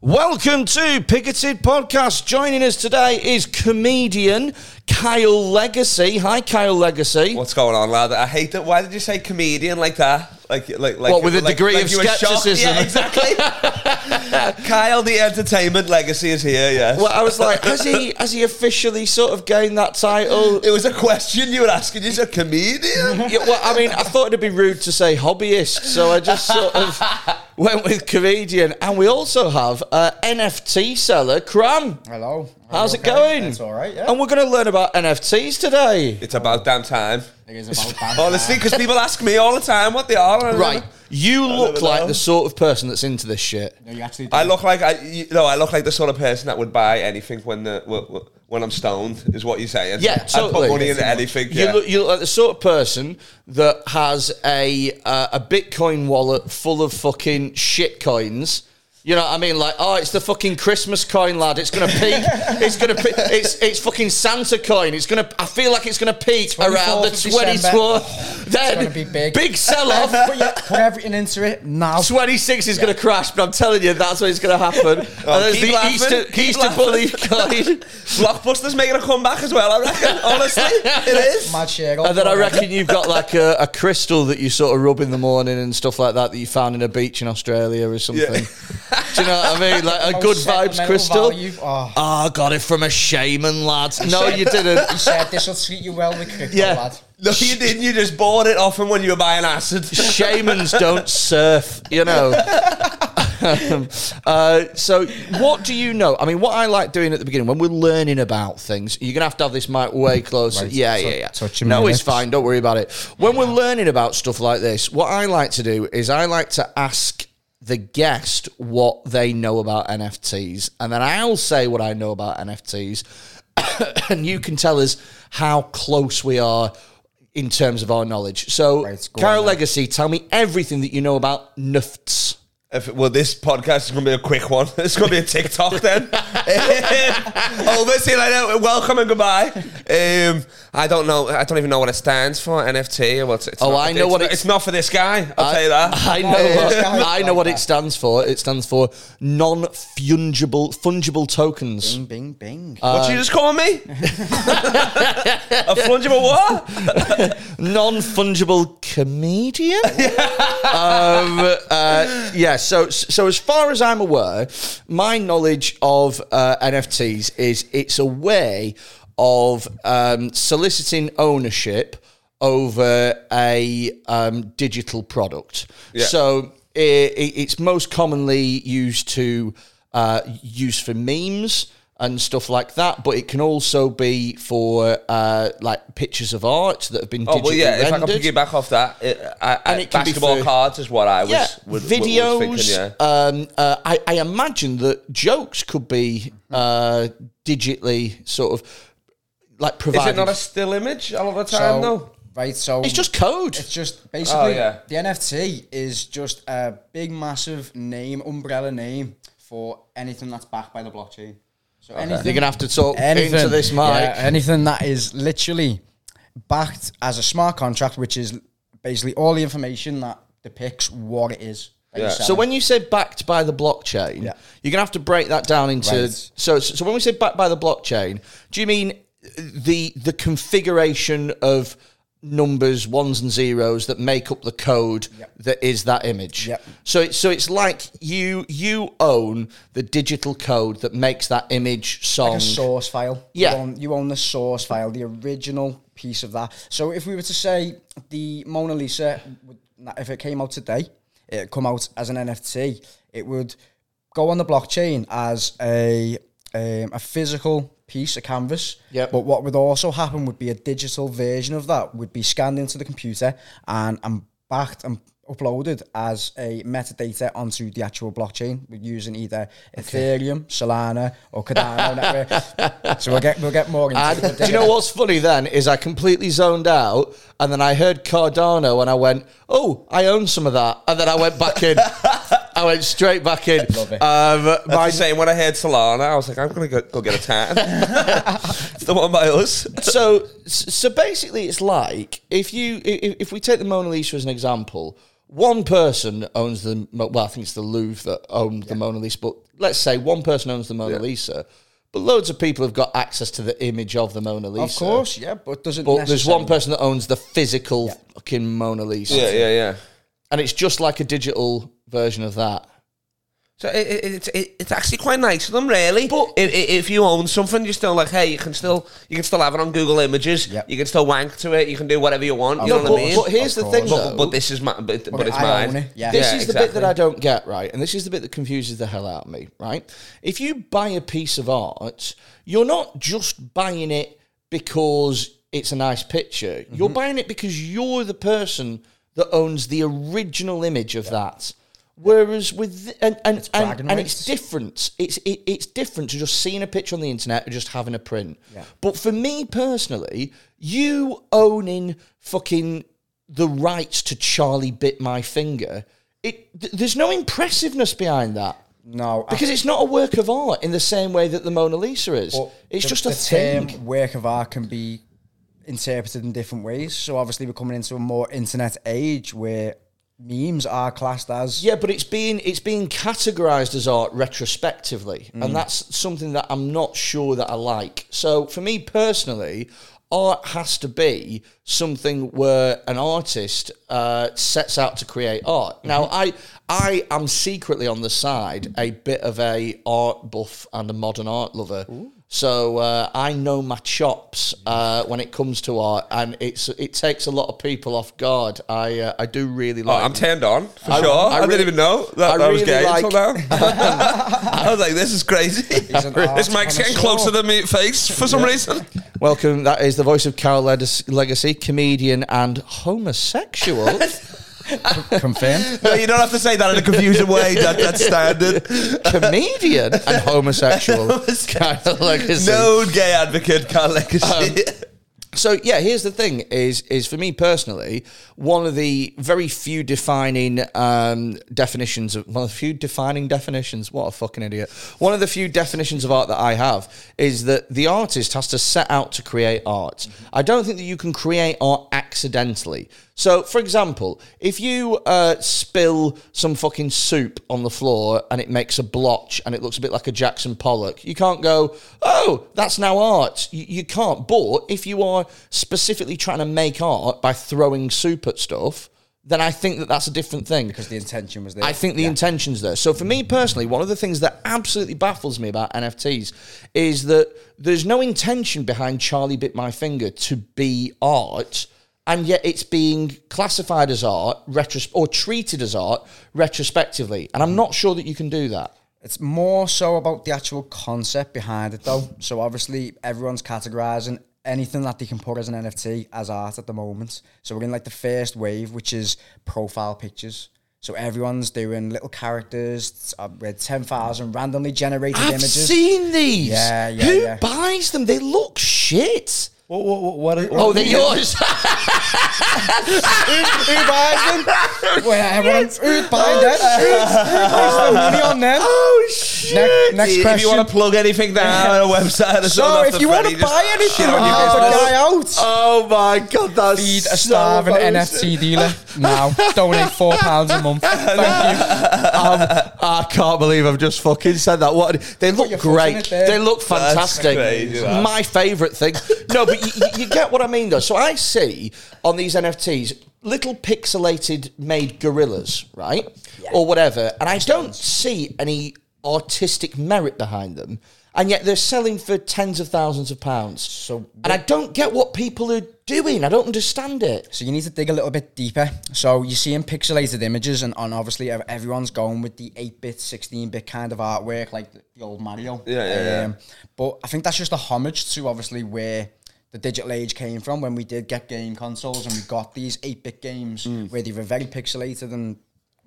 Welcome to Picketed Podcast. Joining us today is comedian Kyle Legacy. Hi, Kyle Legacy. What's going on, lad? I hate that. Why did you say comedian like that? Like, like, like What, with a like- degree like of you were shocked? skepticism? Yeah, exactly. Kyle, the entertainment legacy is here. Yes. Well, I was like, has he has he officially sort of gained that title? it was a question you were asking. You said comedian. Yeah, well, I mean, I thought it'd be rude to say hobbyist, so I just sort of went with comedian. And we also have uh, NFT seller Cram. Hello. Are How's you it okay? going? It's all right, yeah. And we're going to learn about NFTs today. it's about damn time. it is about that. Oh, Honestly, because people ask me all the time what they are. and I never- Right, you look never like know. the sort of person that's into this shit. No, you actually do. I look like I you no, I look like the sort of person that would buy anything when the wh- wh- when I'm stoned is what you're saying. Yeah, I totally. put money into anything. You, yeah. look, you look like the sort of person that has a uh, a Bitcoin wallet full of fucking shit coins. You know what I mean? Like, oh, it's the fucking Christmas coin, lad. It's gonna peak. it's gonna. Pe- it's it's fucking Santa coin. It's gonna. I feel like it's gonna peak around the 24th of twenty Oh, fourth. Then gonna be big. sell off. Put, your- put everything into it now. 26 is going to crash, but I'm telling you, that's what's going to happen. Oh, and there's keep the laughing, Easter, keep Easter Bully coin. Blockbuster's making a comeback as well. I reckon. Honestly, it is. Mad shit. And then I reckon you've got like a, a crystal that you sort of rub in the morning and stuff like that that you found in a beach in Australia or something. Do you know what I mean? Like a good vibes crystal. Oh, Value. Oh, Ah, got it from a shaman, lad. No, you didn't. he said this will treat you well with crypto, Yeah. lad. No, you didn't. You just bought it off him when you were buying acid. Shamans don't surf, you know. Um, uh, so, what do you know? I mean, what I like doing at the beginning when we're learning about things, you're gonna have to have this mic way closer. Right, Yeah, tou- yeah, yeah. touch your no, mic. it's fine. Don't worry about it. When we're learning about stuff like this, what I like to do is I like to ask the guest what they know about NFTs, and then I'll say what I know about NFTs, and you can tell us how close we are. In terms of our knowledge, so Right, go on Carol then. Legacy, tell me everything that you know about NFTs. If, well, this podcast is going to be a quick one. It's going to be a TikTok then. Over, see you later. Welcome and goodbye. Um, I don't know. I don't even know what it stands for. NFT or what's. It's Oh, not- I know it's what not- it- It's not for this guy. I'll tell you that. I know. yeah, What, yeah. I know what it stands for. It stands for non-fungible fungible tokens. Bing, bing, bing. Uh, what you just call me? a fungible what? Non-fungible comedian. um, uh, yeah. So, so as far as I'm aware, my knowledge of uh, NFTs is it's a way of um, soliciting ownership over a um, digital product. Yeah. So i i- it's most commonly used to uh, use for memes and stuff like that, but it can also be for uh, like pictures of art that have been Oh digitally well, yeah. If I rendered. can piggyback off that, it, I, I, And it can be basketball for- cards is what I was. yeah, would- would- was videos. thinking, yeah. um, uh, I, I imagine that jokes could be uh, digitally sort of like Is provided. it not a still image a lot of the time so, though? Right, so. it's just code. It's just basically Oh, yeah. the NFT is just a big, massive name, umbrella name for anything that's backed by the blockchain. So anything You're gonna have to talk anything into this mic. yeah, anything that is literally backed as a smart contract, which is basically all the information that depicts what it is. that you're Yeah. selling. So when you say backed by the blockchain, Yeah. you're gonna have to break that down into. Right. So so when we say backed by the blockchain, do you mean the the configuration of numbers ones and zeros that make up the code that is that image? Yep. So it's so it's like you you own the digital code that makes that image song. a source file, Yeah. you own, you own the source file, the original piece of that. So if we were to say the Mona Lisa, would- if it came out today, it come out as an NFT, it would go on the blockchain as a um, a physical piece, a canvas. Yep. But what would also happen would be a digital version of that would be scanned into the computer and and backed and uploaded as a metadata onto the actual blockchain using either Ethereum, Solana, or Cardano network. So we'll get we'll get more into And it. do you know what's funny then is I completely zoned out and then I heard Cardano and I went, oh, I own some of that. And then I went back in. I went straight back in. Love it. Um, I my, was saying when I heard Solana, I was like, I'm gonna go, go get a tan. it's the one by us. so, so basically it's like if you, if, if we take the Mona Lisa as an example, one person owns the Mo- well, I think it's the Louvre that owned the Mona Lisa, but let's say one person owns the Mona Lisa, but loads of people have got access to the image of the Mona Lisa. Of course, yeah, but doesn't. But there's necessarily- one person that owns the physical fucking Mona Lisa. Yeah, yeah, yeah. And it's just like a digital version of that. So it, it, it's- it, it's actually quite nice of them, really. But if, if you own something, you're still like, hey, you can still you can still have it on Google Images. Yep. You can still wank to it. You can do whatever you want. You No, know but, what I mean? but here's the Of thing, course. though. but, but this is my, but, but it's I mine. own it, yeah. this is the bit exactly. that I don't get right, and this is the bit that confuses the hell out of me. Right? If you buy a piece of art, you're not just buying it because it's a nice picture. You're buying it because you're the person that owns the original image of that. Whereas with th- and and, bragging and, and rights. it's different. It's it, it's different to just seeing a picture on the internet or just having a print. Yeah. But for me personally, you owning fucking the rights to Charlie bit my finger, it th- there's no impressiveness behind that No, I- because it's not a work of art in the same way that the Mona Lisa is. But it's the- just a the thing. Term work of art can be interpreted in different ways. So obviously, we're coming into a more internet age where memes are classed as Yeah, but it's being it's being categorized as art retrospectively, and that's something that I'm not sure that I like. So for me personally, art has to be something where an artist uh, sets out to create art. Now I I am secretly on the side a bit of a art buff and a modern art lover. So uh, I know my chops uh, when it comes to art, and it's it takes a lot of people off guard. I uh, I do really Oh, like. I'm turned on for I- I sure. I, really- didn't even know that, I that was really gay like- until now. I was like, this is crazy. an This art mic's getting connoisseur. closer to me face for some reason. Welcome. That is the voice of Carol Leg- Legacy, comedian and homosexual. confirmed. No, you don't have to say that in a confusing way. That, that's standard. comedian and homosexual. Carol Legacy. No gay advocate, Carl Legacy. So yeah, here's the thing: is is for me personally one of the very few defining um, definitions of one of the few defining definitions. What a fucking idiot! One of the few definitions of art that I have is that the artist has to set out to create art. I don't think that you can create art accidentally. So, for example, if you uh, spill some fucking soup on the floor and it makes a blotch and it looks a bit like a Jackson Pollock, you can't go, oh, that's now art. You, you can't. But if you are specifically trying to make art by throwing soup at stuff, then I think that that's a different thing. Because the intention was there. I think the intention's there. So for me personally, one of the things that absolutely baffles me about NFTs is that there's no intention behind Charlie Bit My Finger to be art, and yet it's being classified as art retros- or treated as art retrospectively. And I'm not sure that you can do that. It's more so about the actual concept behind it, though. So obviously, everyone's categorizing anything that they can put as an NFT as art at the moment. So we're in like the first wave, which is profile pictures. So everyone's doing little characters uh, with ten thousand randomly generated I've images. seen these. Yeah, yeah, Who yeah. buys them? They look shit. What, what, what, what, Oh, they're yours. who buys them? Well, everyone, who's buying them? Who's money on them? oh shit. Next, If next you- If you question. want to plug anything down on a website or so, something, if you want to buy anything, help a guy out. Oh my god, that's Feed so a starving embarrassing. NFT dealer now. Donate four pounds a month. Thank you. Um, I can't believe I've just fucking said that. What they look your foot in great. it there. They look fantastic. crazy, that. My favourite thing. No, but you, you- you get what I mean, though. So I see on these NFTs little pixelated made gorillas, right, or whatever, and I don't see any artistic merit behind them, and yet they're selling for tens of thousands of pounds. So, and I don't get what people are doing. I don't understand it. So you need to dig a little bit deeper. So you see in pixelated images, and, and obviously ev- everyone's going with the eight bit, sixteen bit kind of artwork, like the the old Mario. Yeah, yeah, yeah. Um, But I think that's just a homage to obviously where the digital age came from when we did get game consoles and we got these eight bit games where they were very pixelated and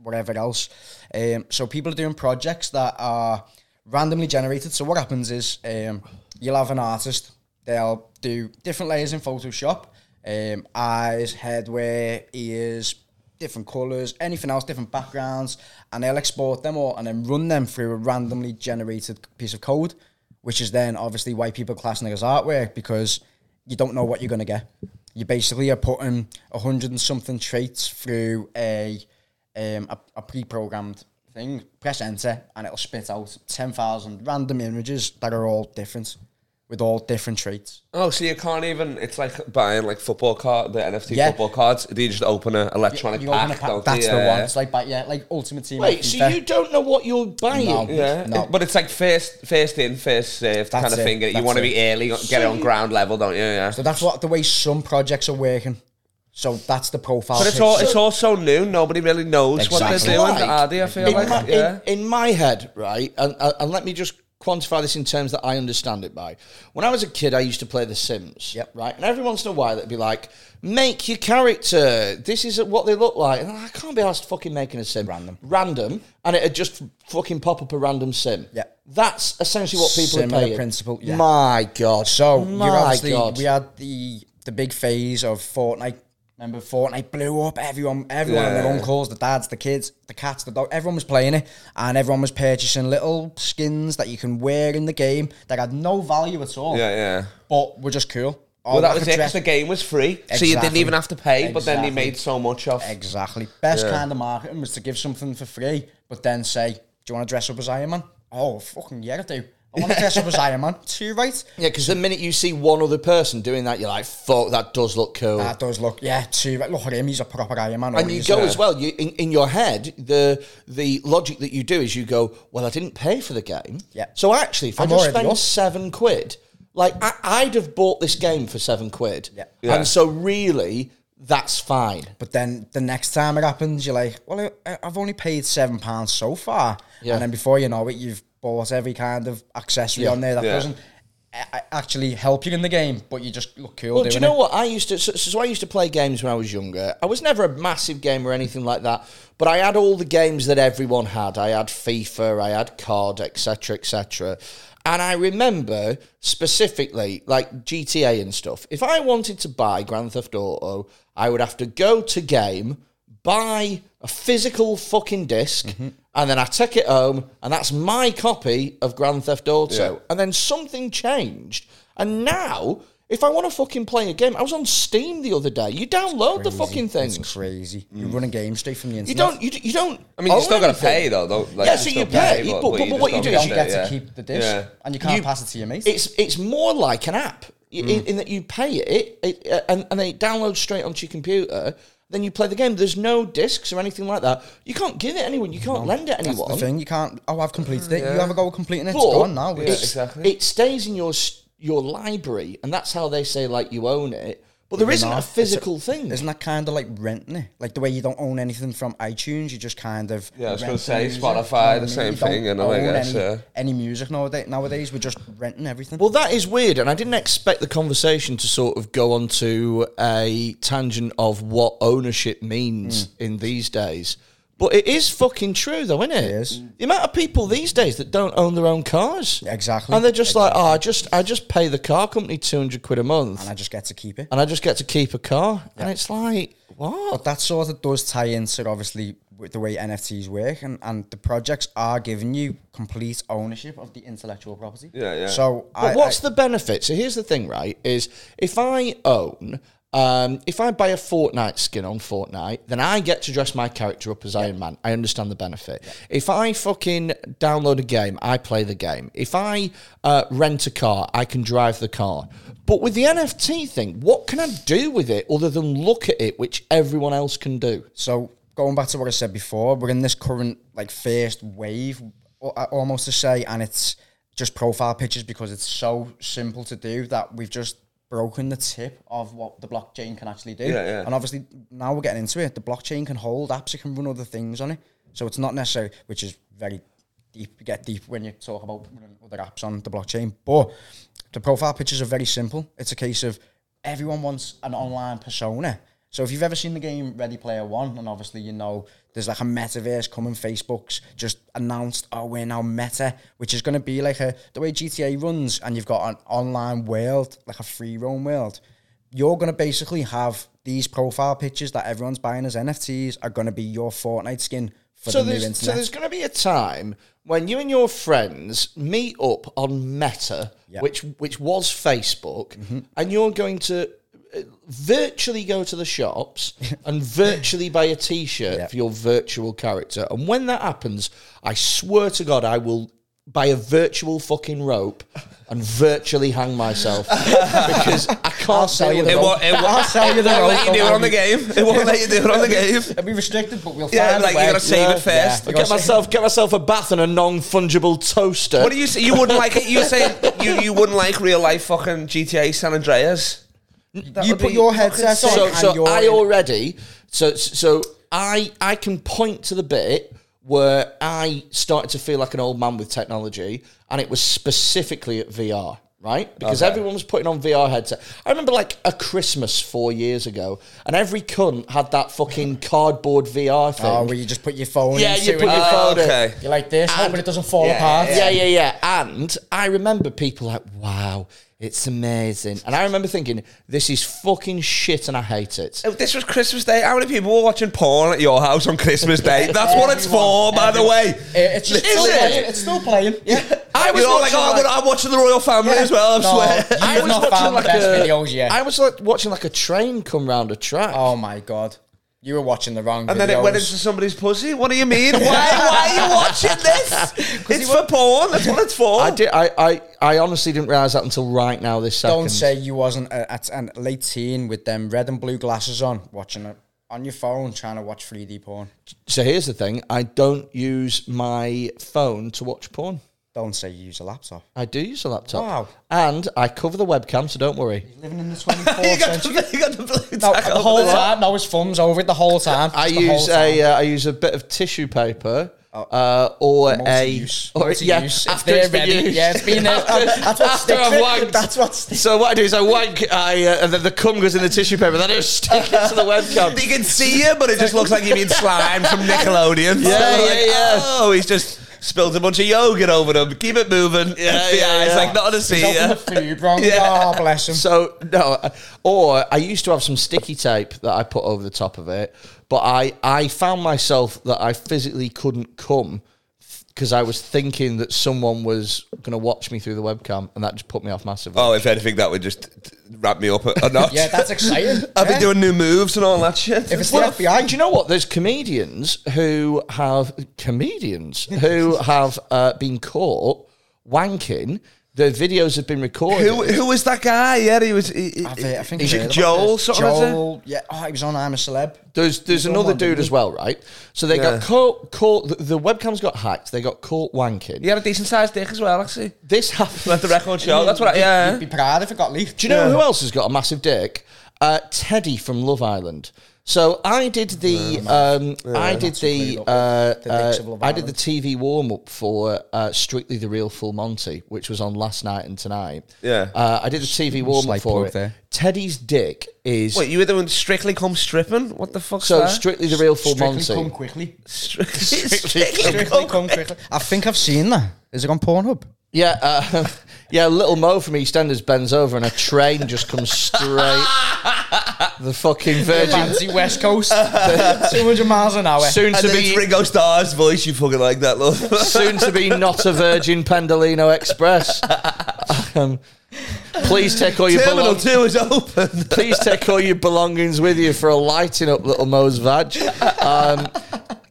whatever else. Um, so people are doing projects that are randomly generated. So what happens is um, you'll have an artist. They'll do different layers in Photoshop um, eyes, headwear, ears, different colours, anything else, different backgrounds, and they'll export them all and then run them through a randomly generated piece of code, which is then obviously why people classing it as artwork because you don't know what you're going to get. You basically are putting a hundred and something traits through a um, a, a pre-programmed thing. Press enter, and it'll spit out ten thousand random images that are all different, with all different traits. Oh, so you can't even. It's like buying like football card, the NFT Yeah. football cards. You just open an electronic You pack. open a pack, don't that's you? the Yeah. one. It's like, but yeah, like Ultimate Team. uh, Wait, like so FIFA. you don't know what you're buying? No. Yeah, No. it- but it's like first, first in, first served kind of it, thing. You that's want to it. be early, get it on ground level, don't you? Yeah. So that's what the way some projects are working. So that's the profile. But it's picture. all it's all so new. Nobody really knows what Exactly. they're doing. Like, are they? I feel in, like my, yeah. in, in my head, right, and, and and let me just quantify this in terms that I understand it by. When I was a kid, I used to play The Sims, Yep. right, and every once in a while it'd be like, make your character. This is what they look like. And I can't be asked fucking making a sim. Random. random, and it'd just fucking pop up a random sim. Yeah. that's essentially what people Similar are paying. principle, yeah. My God. So my you're obviously God. we had the the big phase of Fortnite. Remember, Fortnite blew up. Everyone, everyone, and their Yeah. uncles, the dads, the kids, the cats, the dog. Everyone was playing it, and everyone was purchasing little skins that you can wear in the game that had no value at all, yeah, yeah. but were just cool. Oh, Well, I that was could it 'cause dress- the game was free, so you didn't Exactly. even have to pay. But then they Exactly. made so much off. Exactly. Best kind of marketing was to give something for free, but then say, "Do you want to dress up as Iron Man?" Oh, fucking yeah, I do. I want to dress up as Iron Man. Too right. yeah, because the minute you see one other person doing that, you're like, "Fuck, that does look cool." That Ah, does look, yeah, too right. Look at him. He's a proper Iron Man. and Oh, you he's go a- as well. You in, in your head, the the logic that you do is you go, well, I didn't pay for the game, Yeah. So actually, if i I'm just already spend up. seven quid, like I, I'd have bought this game for seven quid, Yeah. Yeah. And so really, that's fine. But then the next time it happens, you're like, well, I, I've only paid seven pounds so far. Yeah. And then before you know it, you've bought every kind of accessory Yeah. on there that Yeah. doesn't a- a- actually help you in the game, but you just look cool Well, doing do you know it. what I used to? So, so I used to play games when I was younger. I was never a massive gamer or anything like that, but I had all the games that everyone had. I had FIFA, I had COD, etc., etc. And I remember specifically, like GTA and stuff. If I wanted to buy Grand Theft Auto, I would have to go to game, buy a physical fucking disk and then I take it home, and that's my copy of Grand Theft Auto. Yeah. And then something changed, and now if I want to fucking play a game, I was on Steam the other day. You download the fucking It's thing. Mm. crazy. You're running games straight from the internet. You don't. You, d- you don't. I mean, you own still got anything. to pay though. Don't, like, Yeah, so still you pay, but- but- but just what you don't do You is don't spend get it, to yeah. keep the disc, Yeah. and you can't You- pass it to your mate. It's it's more like an app i- in, Mm. in that you pay it, it uh, and and then it downloads straight onto your computer. Then you play the game. There's no discs or anything like that. You can't give it anyone. You can't lend it anyone. That's the thing. You can't. Oh, I've completed it. You have a go at completing it. But it's gone now. it's- It's- exactly. It stays in your s- your library, and that's how they say like you own it. But there isn't not. a It's a- physical thing. Isn't that kind of like renting it? Like the way you don't own anything from iTunes, you just kind of Yeah, I was gonna rent say music, Spotify, you know what I the mean? same You don't thing, you know, I own guess, any, yeah. any music nowadays. Nowadays, we're just renting everything. Well, that is weird, and I didn't expect the conversation to sort of go on to a tangent of what ownership means Hmm. in these days. But it is fucking true, though, isn't it? It is. The amount of people these days that don't own their own cars, Exactly. and they're just like, "Oh, I just, I just pay the car company two hundred quid a month, and I just get to keep it. and I just get to keep a car," and it's like, "What?" But that sort of does tie into obviously with the way NFTs work, and, and the projects are giving you complete ownership of the intellectual property. Yeah, yeah. So, But I, what's I, the benefit? So here's the thing, right? Is if I own, um, if I buy a Fortnite skin on Fortnite, then I get to dress my character up as Iron Man. I understand the benefit. If I fucking download a game, I play the game. If I uh, rent a car, I can drive the car. But with the NFT thing, what can I do with it other than look at it, which everyone else can do? So going back to what I said before, we're in this current like first wave, a- a- almost to say, and it's just profile pictures because it's so simple to do that we've just broken the tip of what the blockchain can actually do. Yeah, yeah. And obviously now we're getting into it. The blockchain can hold apps, it can run other things on it. So it's not necessary, which is very deep. You get deep when you talk about running other apps on the blockchain. But the profile pictures are very simple. It's a case of everyone wants an online persona. So if you've ever seen the game Ready Player One, and obviously you know there's like a metaverse coming. Facebook's just announced, oh, we're now Meta, which is going to be like a the way GTA runs, and you've got an online world, like a free roam world you're going to basically have these profile pictures that everyone's buying as NFTs are going to be your Fortnite skin for so the new there's, internet. So there's going to be a time when you and your friends meet up on Meta, Yeah. Mm-hmm. which which was Facebook, and you're going to uh, virtually go to the shops and virtually buy a T-shirt Yeah. for your virtual character. And when that happens, I swear to God, I will buy a virtual fucking rope and virtually hang myself because I can't sell deal you with the it. It won't, it won't, I'll sell you the won't let rope, you do it don't on the game. It won't let you do it on the game. It'll be restricted, but we'll Yeah, find like a way. you gotta save it first. I get myself get myself a bath and a non fungible toaster. What do you say? You wouldn't like it? You say you, you wouldn't like real life fucking GTA San Andreas? You would put be your fucking headset sick. on so and so you're I in- already so so I I can point to the bit where I started to feel like an old man with technology, and it was specifically at VR. Right, because everyone was putting on VR headset. I remember like a Christmas four years ago, and every cunt had that fucking cardboard VR thing. Oh, where you just put your phone yeah, into you it. Ah, put your Oh, phone in. okay. You're like this, hoping it doesn't fall apart. Yeah, yeah, yeah. And I remember people like, wow, it's amazing. And I remember thinking, this is fucking shit and I hate it. If Oh, This was Christmas Day. How many people were watching porn at your house on Christmas Day? That's what it's for, by the way. It- It's, just Is still it? playing. It's still playing. Yeah. I was You're all like, watching, oh, I'm, like- gonna- I'm watching the royal family as well. I No, swear. you- I You've was not watching found the like uh, best a- videos yet. I was like watching like a train come round a track. Oh my god, you were watching the wrong. And then it went into somebody's pussy. What do you mean? Why? Why are you watching this? It's for porn. That's what it's for. I did. I, I, I honestly didn't realize that until right now. This second. Don't say you wasn't a, at an late teen with them red and blue glasses on, watching it on your phone, trying to watch 3D porn. So here's the thing. I don't use my phone to watch porn. Don't say you use a laptop. I do use a laptop. Wow. And I cover the webcam, so don't worry. Living in the 24th You got the, century. you got the blue No, tack the over whole there. time. No, his thumbs over it the whole time. I Just the whole use a uh, I use a bit of tissue paper uh, or Multi-use. a or yeah Multi-use. If after they're it's been ready, used. yeah, it's been there. That's what after sticks I've it. wanked. That's what sticks. So what I do is I wank, I uh, and then the cum goes in the tissue paper. Then I just stick it to the webcam. You can see you, but it just looks like you've been slimed from Nickelodeon. Yeah, So, yeah, yeah. Oh, he's just spilled a bunch of yogurt over them. Keep it moving. Yeah, FBI yeah, yeah. It's like not to see He's opened you. the food wrong. uh, Yeah. Oh, bless him. So no, I- or I used to have some sticky tape that I put over the top of it, but I I found myself that I physically couldn't come because I was thinking that someone was going to watch me through the webcam, and that just put me off massively. Oh, if anything, that would just wrap me up a notch. yeah, that's exciting. I've been Yeah. doing new moves and all that shit. If it's the FBI, Do you know what? There's comedians who have comedians who have uh, been caught wanking. Their videos have been recorded. who who was that guy? Yeah, he was. He, he- I've, uh, I think is I've it heard about Joel? this. Sort Of, Joel, yeah. Oh, he was on I'm a Celeb. There's there's There's another one, dude didn't as well, right? So they Yeah. got caught. Caught the, the webcams got hacked. They got caught wanking. he had a decent sized dick as well, actually. This happened. Let the record show. That's what. I, He'd- yeah. He'd be proud if it got leaked. Do you know who else has got a massive dick? Uh, Teddy from Love Island. So I did the um, I did the, included, uh, the uh, dicks of Love I did the Island. TV warm up for uh, Strictly the Real Full Monty, which was on last night and tonight. Yeah. uh, I did the TV warm up slight for plug it. there. Teddy's dick is Wait, you were doing strictly come stripping? What the fuck's so that? Strictly the Real Full Strictly Monty. come quickly. Strictly, Strictly come quickly. I think I've seen that. Is it on Pornhub? Yeah, uh, yeah. Little Mo from EastEnders bends over, and a train just comes straight. the fucking Virgin. Fancy West Coast. 200 miles an hour. Soon And to then it's be, Ringo Starr's voice. You fucking like that, love. soon to be not a Virgin Pendolino Express. Um, please take all your Terminal belong- two is open. please take all your belongings with you for a lighting up little Mo's vag. Um,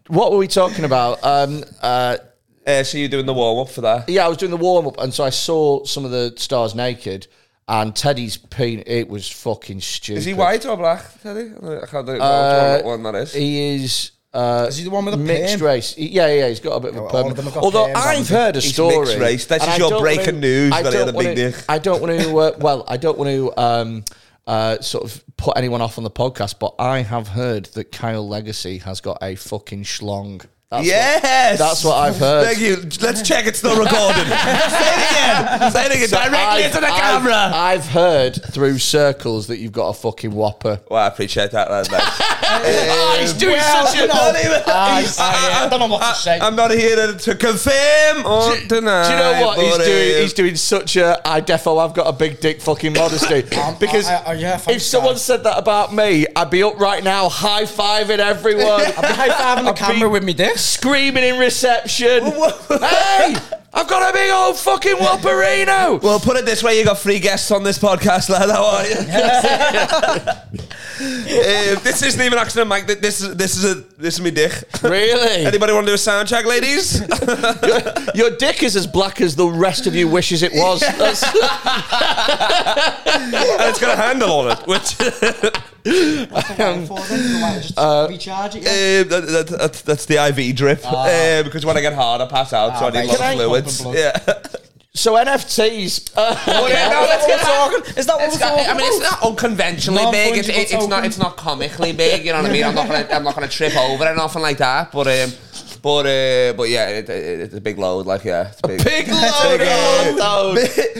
what were we talking about? Um, uh, Uh, so you're doing the warm up for that? yeah, I was doing the warm up, and so I saw some of the stars naked, and Teddy's pain. It was fucking stupid. Is he white or black, Teddy? I can't think Uh, what one that is. He is. Uh, Is he the one with the mixed perm? race? Yeah, yeah, he's got a bit of a Oh, all perm. of them have got Although perms, I've haven't they? heard a story. mixed race. This and is I your don't breaking wanna- news I that he had a don't big wanna- dick. I don't want to. Uh, well, I don't want to um, uh, sort of put anyone off on the podcast, but I have heard that Kyle Legacy has got a fucking schlong. That's yes, what, that's what I've heard. Thank you. Let's check it's still recording. Say it again. Say it again. Directly I've- into the I've- camera. I've heard through circles that you've got a fucking whopper. well, I appreciate that. That's nice. Oh, he's doing such a- not even- Ah, I, I, I don't know what to say. I'm not here to, to confirm or Do- deny. Do you know what he's but, doing? uh, He's doing such a I defo. I've got a big dick. Fucking modesty. Um, because I- I- yeah, if thanks, someone guys. said that about me, I'd be up right now, high fiving everyone, High five on the I've camera been- with me dick. screaming in reception. hey, I've got a big old fucking Wolperino. Well, put it this way: you got three guests on this podcast, lad. How are you? Um, this isn't even actually a mic. Th- This is this is a this is me dick. really? Anybody want to do a sound check, ladies? Your dick is as black as the rest of you wishes it was. That's- and it's got a handle on it, which Uh, recharge it. um, that, that, that's- that's the IV drip. Uh, because when I get hard, I pass out, so I need a right. lot Ah. Can of I- fluids. Pump Yeah. so NFTs. Uh, Oh, Well, yeah, no, let's get talking. Is that what It's we're got, talking I mean, it's about? not unconventionally big. It's, it, it's Fungible not. token. It's not comically big. You know what I mean? I'm not gonna. I'm not gonna trip over or nothing like that. But um, But uh, but yeah, it, it, it's a big load. Like yeah, it's a big. big load Big, of uh, load.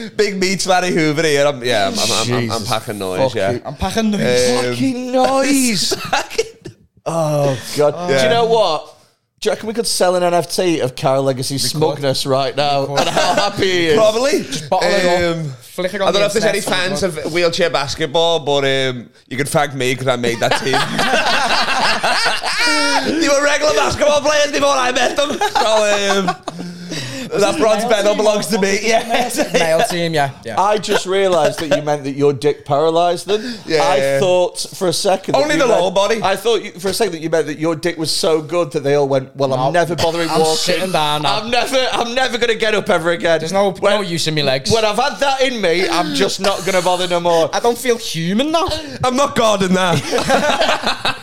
big, big meats, Larry Hoover here. I'm, yeah, I'm, I'm, I'm, I'm Jesus packing noise. Yeah, I'm packing the Fucking noise. oh god. Do you Yeah. know what? Do you reckon we could sell an NFT of Carol Legacy's smugness right now and how happy he is? probably. bottle it Um, up, flick it on I don't the know if there's any internet, fans of wheelchair basketball, but um, you can thank me because I made that team. they were regular basketball players before I met them, so um, that bronze medal belongs to me. Yeah, Male team, yeah. yeah. I just realised that you meant that your dick paralysed them. Yeah. I thought for a second. that Only you the meant- lower body. I thought you, for a second that you meant that your dick was so good that they all went, "Well, I'm No. never bothering I'm walking. sitting down now." I'm never. I'm never going to get up ever again. There's no, when, no use in my legs. when I've had that in me, I'm just not going to bother no more. I don't feel human now. I'm not guarding that.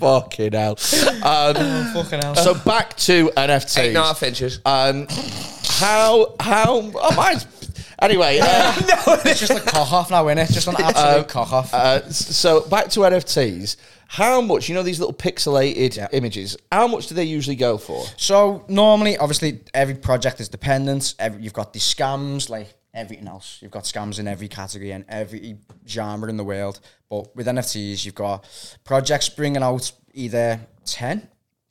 Fucking hell. Um, Fucking hell. so back to NFTs. eight and a half inches. Um, how how oh mine's anyway. Uh, It's just a cock off now, innit? Just an absolute cock off. uh, s- so back to NFTs. How much you know these little pixelated Yeah. images? How much do they usually go for? So normally, obviously, every project is dependent. Every, you've got these scams, like everything else. You've got scams in every category and every genre in the world. But with NFTs, you've got projects bringing out either 10,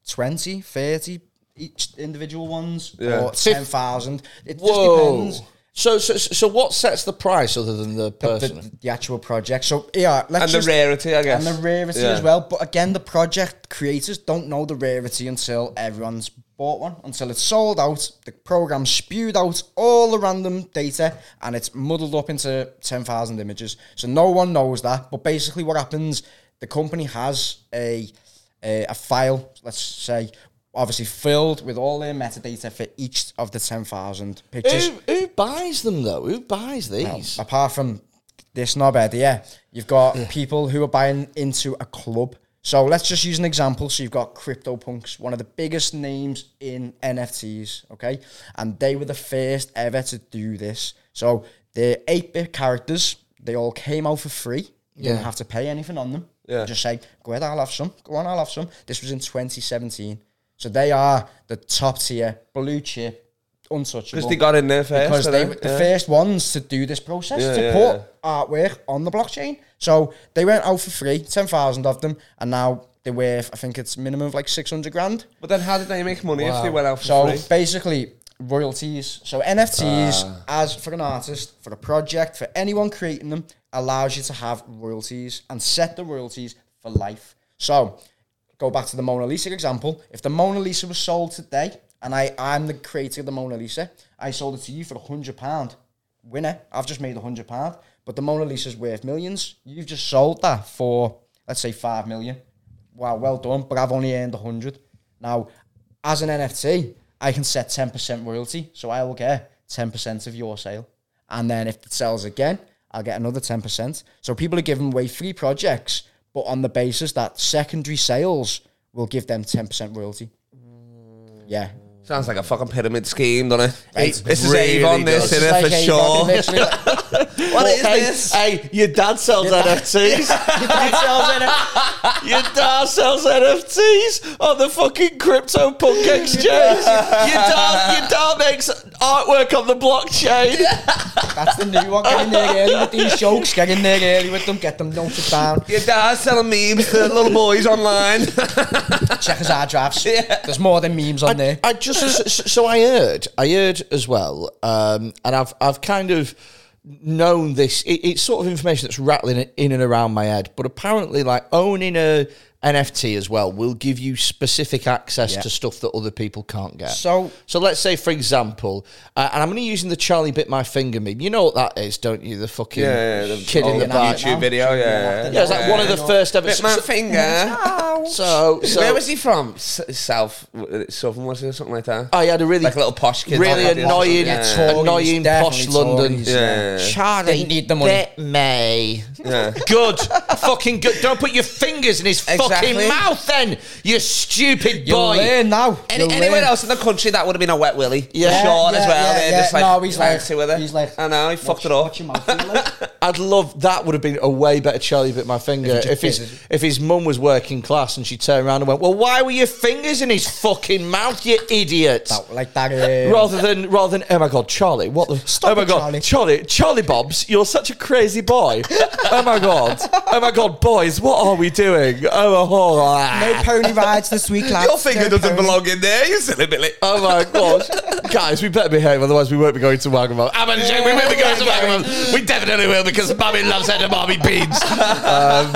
20, 30 each individual ones or 10,000. It just depends. So, so so what sets the price other than the The, person? the- the actual project. So yeah, let's and the just, rarity, I guess. and the rarity Yeah. as well. But again, the project creators don't know the rarity until everyone's bought one, until it's sold out. The program spewed out all the random data, and it's muddled up into ten thousand images. So no one knows that. But basically, what happens? The company has a a, a file, let's say. Obviously, filled with all their metadata for each of the 10,000 pictures. Who, who buys them though? Who buys these? Apart from this knobhead, yeah, you've got people who are buying into a club. So let's just use an example. So you've got CryptoPunks, one of the biggest names in NFTs, okay? And they were the first ever to do this. So they're 8 bit characters. They all came out for free. You Yeah. didn't have to pay anything on them. Yeah. Just say, go ahead, I'll have some. Go on, I'll have some. This was in 2017. So they are the top tier, blue chip, untouchable Because they got in there first. because they didn't were the Yeah. first ones to do this process Yeah, to yeah, put yeah. artwork on the blockchain. So they went out for free, 10,000 of them, and now they're worth, I think it's minimum of like 600 grand. But then, how did they make money if they went out for So free? basically, royalties. So NFTs, as for an artist, for a project, for anyone creating them, allows you to have royalties and set the royalties for life. So go back to the Mona Lisa example. If the Mona Lisa was sold today, and I, I'm the creator of the Mona Lisa, I sold it to you for a hundred pound. Winner, I've just made a hundred pound. But the Mona Lisa's worth millions. You've just sold that for let's say five million. Wow, well done. But I've only earned a hundred. Now, as an NFT, I can set 10% royalty, so I will get 10% of your sale. And then if it sells again, I'll get another 10%. So people are giving away free projects, but on the basis that secondary sales will give them 10% royalty. Yeah. Sounds like a fucking pyramid scheme, doesn't it? It this is really Avon, this, does. is it, for Like, hey, sure. Robbie, literally, like, What is hey, this? hey, your dad sells NFTs. you can't sell it. your dad sells NFTs on the fucking CryptoPunk exchange. your, dad, your dad makes artwork on the blockchain. That's the new one. Get in there early with these jokes. Get in there early with them. Get them noted down. Your dad's selling memes to little boys online. Check his hard drives. There's more than memes on there. I just so- so, so I heard, I heard as well, um, and I've I've kind of known this. It, it's sort of information that's rattling in and around my head, but apparently, like owning a NFT as well will give you specific access Yeah. to stuff that other people can't get. So- so let's say, for example, uh, and I'm going to using the Charlie bit my finger meme. You know what that is, don't you? The fucking Yeah, Uh, yeah, the- kid in oh, the the back. YouTube video, yeah, yeah, Yeah, it's like one of the first ever. Bit my so- finger. so, so Where was he from? S- South, uh, Southern, was it, or something like that? I had a really Like a little posh kid. really like that, annoying, yeah. Tories, annoying posh definitely London. Tories, Yeah. yeah. Charlie, Didn't need the money. bit me. Yeah. Good, fucking good. Don't put your fingers in his Exactly. fucking mouth, then you stupid You'll boy. learn now. Any, You'll anywhere learn. else in the country, that would have been a wet willy. Yeah. Yeah, Sean as Yeah, well. yeah, they're yeah. just like, No, he's like- fancy with it. he's like, I know he fucked it up. Watch your mouth, you like. I'd love that. Would have been a way better Charlie bit my finger if, his if his mum was working class and she turned around and went, "Well, why were your fingers in his fucking mouth, you idiot?" Out like that. Um, Rather than rather than oh my god Charlie what the Stop oh my it, god Charlie. Charlie Charlie Bobs you're such a crazy boy oh my god oh my god boys what are we doing oh, oh, ah. no pony rides this week, lads. Your finger No doesn't pony- belong in there, you silly billy. Oh my gosh. Guys, we better behave, otherwise we won't be going to Wagamama. I'm gonna joke, we will be going to Wagamama. We definitely will because Mummy loves edamame beans. Um,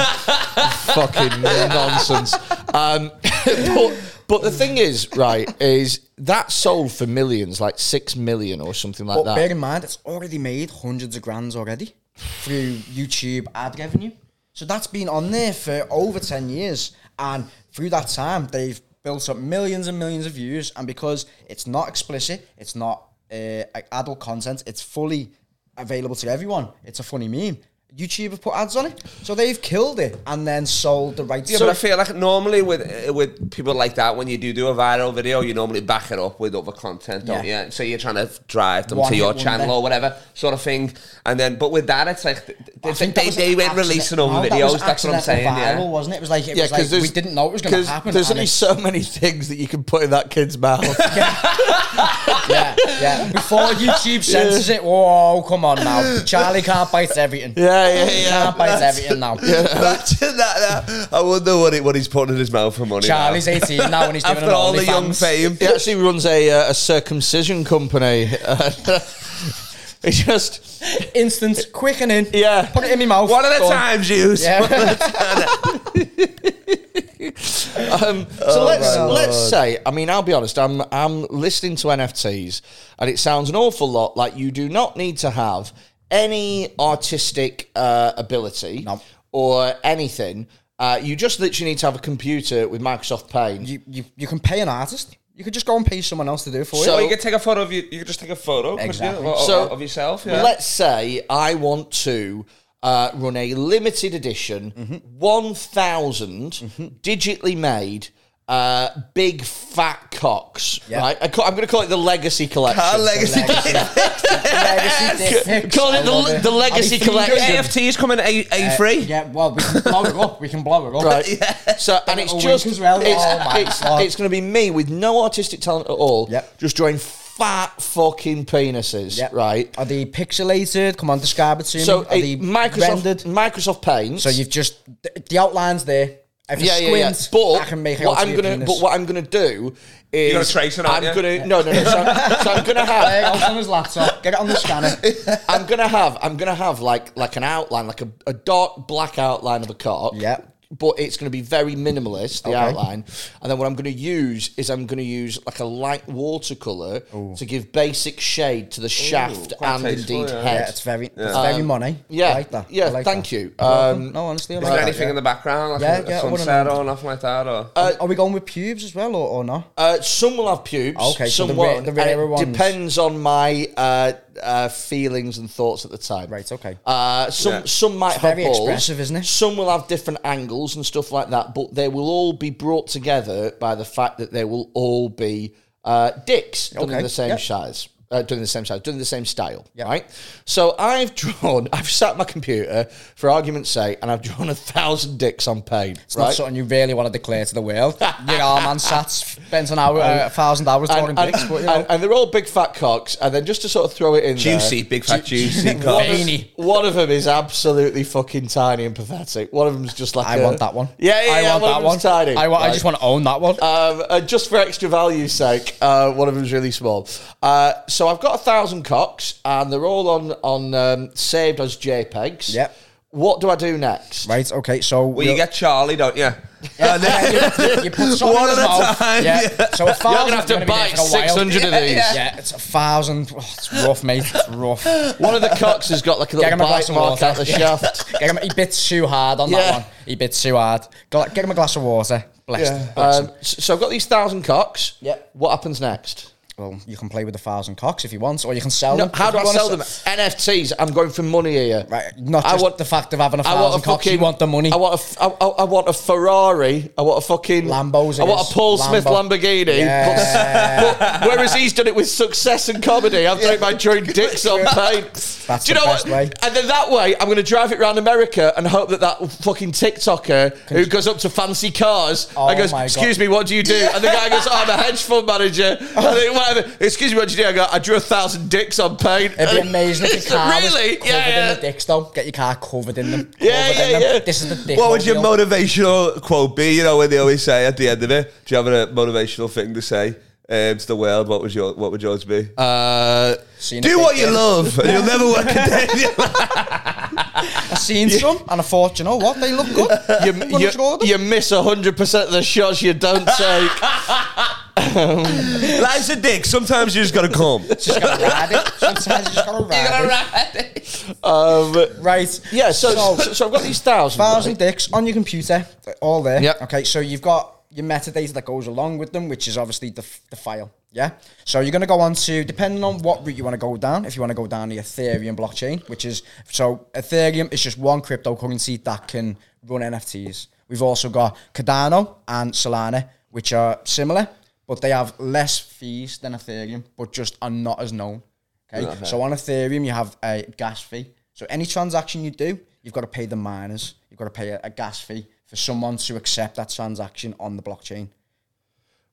fucking nonsense. Um, but, but the thing is, right, is that sold for millions, like six million or something like But bear that. in mind, it's already made hundreds of grands already through YouTube ad revenue. So that's been on there for over 10 years. And through that time, they've built up millions and millions of views. And because it's not explicit, it's not uh, like adult content, it's fully available to everyone. It's a funny meme. YouTube have put ads on it. So they've killed it and then sold the rights Yeah, to but I it. feel like normally with uh, with people like that, when you do do a viral video, you normally back it up with other content, don't Yeah. you? So you're trying to drive them One to your hit channel wonder. or whatever sort of thing. And then, but with that, it's like th- I th- think they, that was they an went accident- releasing other no, that videos. was That's what I'm saying. yeah. accidental Viral, wasn't it? It was like, it Yeah, was like because we didn't know it was going to happen. There's and only it- so many things that you can put in that kid's mouth. yeah, yeah. Before YouTube censors it, whoa, come on now. Charlie can't bite everything. Yeah, yeah, yeah. Can't bite everything now. Imagine that, that. I wonder what, he, what he's putting in his mouth for money. now. Charlie's 18 now and he's doing after an all the young OnlyFans. fame. He actually runs a, uh, a circumcision company. He just, Instant, quickening. yeah. Put it in my mouth. One at a Done. time, Jews. Yeah. Um, so let's let's say, I mean, I'll be honest. I'm I'm listening to NFTs, and it sounds an awful lot like you do not need to have any artistic uh, ability No. or anything. Uh, you just literally need to have a computer with Microsoft Paint. you, you, you can pay an artist. You could just go and pay someone else to do it for So- Or you could take a photo of you. You could just take a photo couldn't you, Exactly. of, So- of yourself. Yeah. Let's say I want to uh, run a limited edition, Mm-hmm. 1,000 digitally made. Uh, big fat cocks, Yeah. right? I ca- I'm going to call it the legacy collection. Our Ah, legacy. you. Legacy dick pics. Call it I love the, the legacy I'll be feeding collection. AFT is coming A A Uh, free. Yeah, well, we can blow it up. We can blow it up. Right. So and it it's all just week as well. it's Oh my it's, God. it's going to be me with no artistic talent at all. Yep. Just drawing fat fucking penises. Yep. Right. Are they pixelated? Come on, describe it to me. So Are they it, Microsoft rendered? Microsoft Paint. So you've just the, the outlines there. If you yeah, yeah, squint, yeah. But I can make it what out to I'm your gonna, penis. but what I'm gonna do is gonna trace it, aren't I'm you? gonna no, no, no. So, I'm- so I'm gonna have There it goes on his laptop. Get it on the scanner. I'm gonna have I'm gonna have like like an outline, like a, a dark black outline of a cock. Yeah. But it's gonna be very minimalist, the outline. And then what I'm gonna use is I'm gonna use like a light watercolour to give basic shade to the shaft quite and tasteful, indeed yeah. head. Yeah, it's very, it's very money. yeah, I like that. yeah, I like thank that. you. You're welcome. Um, no, honestly, I Is like there that, anything yeah. in the background, like Yeah, a, yeah, I a wouldn't sunset know. or nothing like that? Or Are we going with pubes as well, or, or no? Uh, some will have pubes. Okay, so some the ra- won't. the and it rarer ones. Depends on my uh, uh, feelings and thoughts at the time. Right, okay. Uh, some Yeah. some might have very balls. expressive, isn't it? Some will have different angles and stuff like that, but they will all be brought together by the fact that they will all be uh, dicks done in Okay, the same yeah. size. Uh, done in the same size, done in the same style, Yeah. right? So I've drawn, I've sat at my computer for argument's sake, and I've drawn a thousand dicks on paint. It's right? not something you really want to declare to the world. Your arm man sat spends an hour, uh, a thousand hours drawing Um, and, and- dicks, but you and- know. and they're all big fat cocks. And then just to sort of throw it in, there, juicy, big fat juicy. cock. one of- Veiny. One of them is absolutely fucking tiny and pathetic. One of them's just like I a- want that one. Yeah, yeah, I yeah, want one that of them's one. tiny. I want. I Right. just want to own that one. Um, uh, just for extra value's sake, uh, one of them's really small. Uh, so I've got a thousand cocks, and they're all on on um, saved as JPEGs. Yep. What do I do next? Right, okay, so Well, you get Charlie, don't you? And then- you, you put something One in his at a mouth. time, Yeah. yeah. So a thousand You're gonna have to be there buy for a while. six hundred of these. Yeah, it's a thousand. Oh, it's rough, mate. It's rough. Get One of the cocks has got like a little him a bite glass of mark water. out the shaft. him, he bit too hard on Yeah. that one. He bit too hard. Gla- Get him a glass of water. Bless him. Bless him. Um, s- so I've got these thousand cocks. Yeah. What happens next? Well, you can play with a thousand cocks if you want, or you can sell No, them. how if do you I wanna sell se- them? NFTs. I'm going for money here. Right, not I just want- the fact of having a I thousand want a cocks. fucking. You want the money. I want a. F- I, I, I want a Ferrari. I want a fucking. Lambos, I I want guess. a Paul Smith Lambo. Lamborghini. Yeah. But, but whereas he's done it with success and comedy, I've done it by drawing dicks on paint. That's Do you the know best what? way. And then that way, I'm going to drive it around America and hope that that fucking TikToker who goes up to fancy cars Oh and goes, my God. "Excuse me, what do you do?" And the guy goes, oh, "I'm a hedge fund manager." And then whatever. Excuse me, what do you do? I go, "I drew a thousand dicks on paint." It'd be amazing if your car was Really? covered Yeah, yeah. in the dicks, though. Get your car covered in them. Yeah, covered in yeah, them. yeah. This is the dick. what would your mobile. motivational quote be? You know, when they always say at the end of it, do you have a motivational thing to say um, to the world? What was your What would yours be? Uh, Seen a do big what you dick. love, and you'll never work a day. in your life. I seen some, and I thought, you know what? They look good. you, I'm gonna try you, them. you miss 100% of the shots you don't take. Life's a dick. Sometimes you just gotta come. just gotta ride it. Sometimes you just gotta ride it. um, Right. yeah, so, so, I've got these thousand. thousand dicks on your computer, they're all there. Yep. Okay, so you've got your metadata that goes along with them, which is obviously the, f- the file. Yeah. So you're going to go on to, depending on what route you want to go down, if you want to go down the Ethereum blockchain, which is, so Ethereum is just one cryptocurrency that can run NFTs. We've also got Cardano and Solana, which are similar, but they have less fees than Ethereum, but just are not as known. Okay. So on Ethereum, you have a gas fee. So any transaction you do, you've got to pay the miners. You've got to pay a, a gas fee for someone to accept that transaction on the blockchain.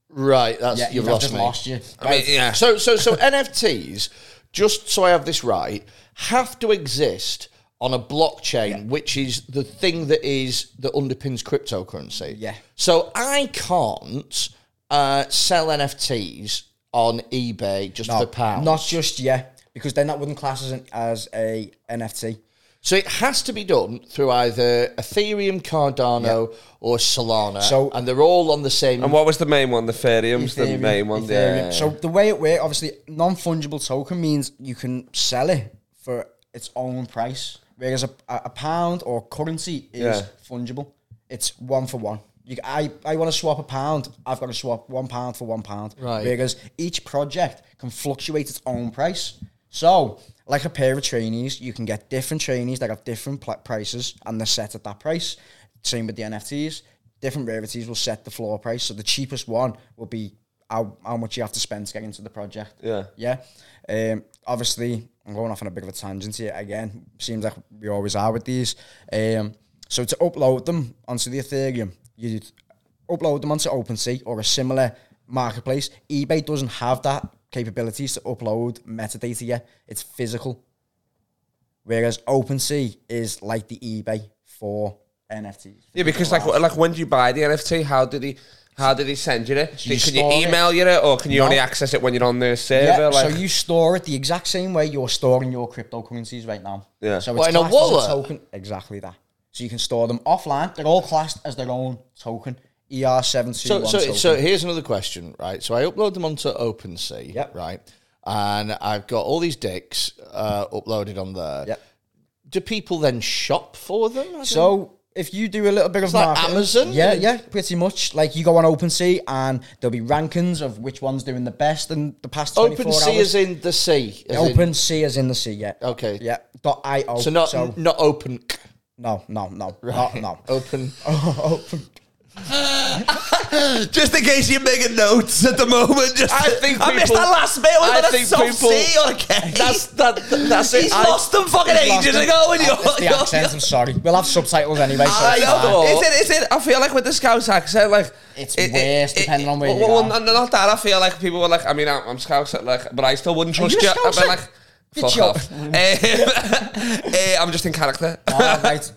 Right, that's Yeah, you've you've lost just me. lost you. I mean, yeah. So, so, so NFTs, just so I have this right, have to exist on a blockchain, which is the thing that is that underpins cryptocurrency. Yeah. So I can't uh, sell NFTs on eBay just for pounds. Not just yet, because then that wouldn't class as, an, as a NFT. so it has to be done through either Ethereum, Cardano, or Solana. So- and they're all on the same. And what was the main one? The Ferium's the Ethereum, main one. Ethereum. Yeah. So the way it works, obviously, non fungible token means you can sell it for its own price, whereas a, a pound or currency is Yeah. fungible. It's one for one. You, I, I want to swap a pound. I've got to swap one pound for one pound. Right. Whereas each project can fluctuate its own price. So, like a pair of trainees, you can get different trainees that have different pl- prices and they're set at that price. Same with the NFTs. Different rarities will set the floor price. So the cheapest one will be how, how much you have to spend to get into the project. Yeah. Yeah. Um, obviously, I'm going off on a bit of a tangent here again. Seems like we always are with these. Um, so to upload them onto the Ethereum, you upload them onto OpenSea or a similar marketplace. eBay doesn't have that capabilities to upload metadata yet. It's physical. Whereas OpenSea is like the eBay for NFTs. Yeah, because like like when do you buy the NFT? How did he how did he send you it? You can you store it. email you it, or can you No. only access it when you're on the server? Yeah, like, so you store it the exact same way you're storing your cryptocurrencies right now. Yeah. So What, it's in a classed wallet? as a token. Exactly that. So you can store them offline. They're all classed as their own token. ER seven two so, one so, token. so here's another question, right? So I upload them onto OpenSea, Yep. right? And I've got all these dicks uh, uploaded on there. Yep. Do people then shop for them? I don't- So if you do a little bit of like marketing- Amazon? yeah, yeah, pretty much. Like you go on OpenSea and there'll be rankings of which one's doing the best in the past twenty four hours. OpenSea is in the sea. as in- OpenSea is in the sea, yeah. Okay. Yeah. Dot io. So not not open. no, no, no, no, no. Open. just in case you're making notes at the moment, just I think I missed people- that last bit. I I that think think soft people- C on a K. That's that. That's it. He's I- lost them fucking He's lost ages them. ago. And you're, It's the you're- accent, I'm sorry. We'll have subtitles anyway. So I it's know. fine. know. Is it? Is it? I feel like with the Scouse accent, like It's worse depending on where you well, are. Well, no, not that. I feel like people were like, I mean, I'm, I'm Scouse, like, but I still wouldn't trust you a you. I've Scouser? been like, Good fuck job. off. Um, eh, I'm just in character. All right.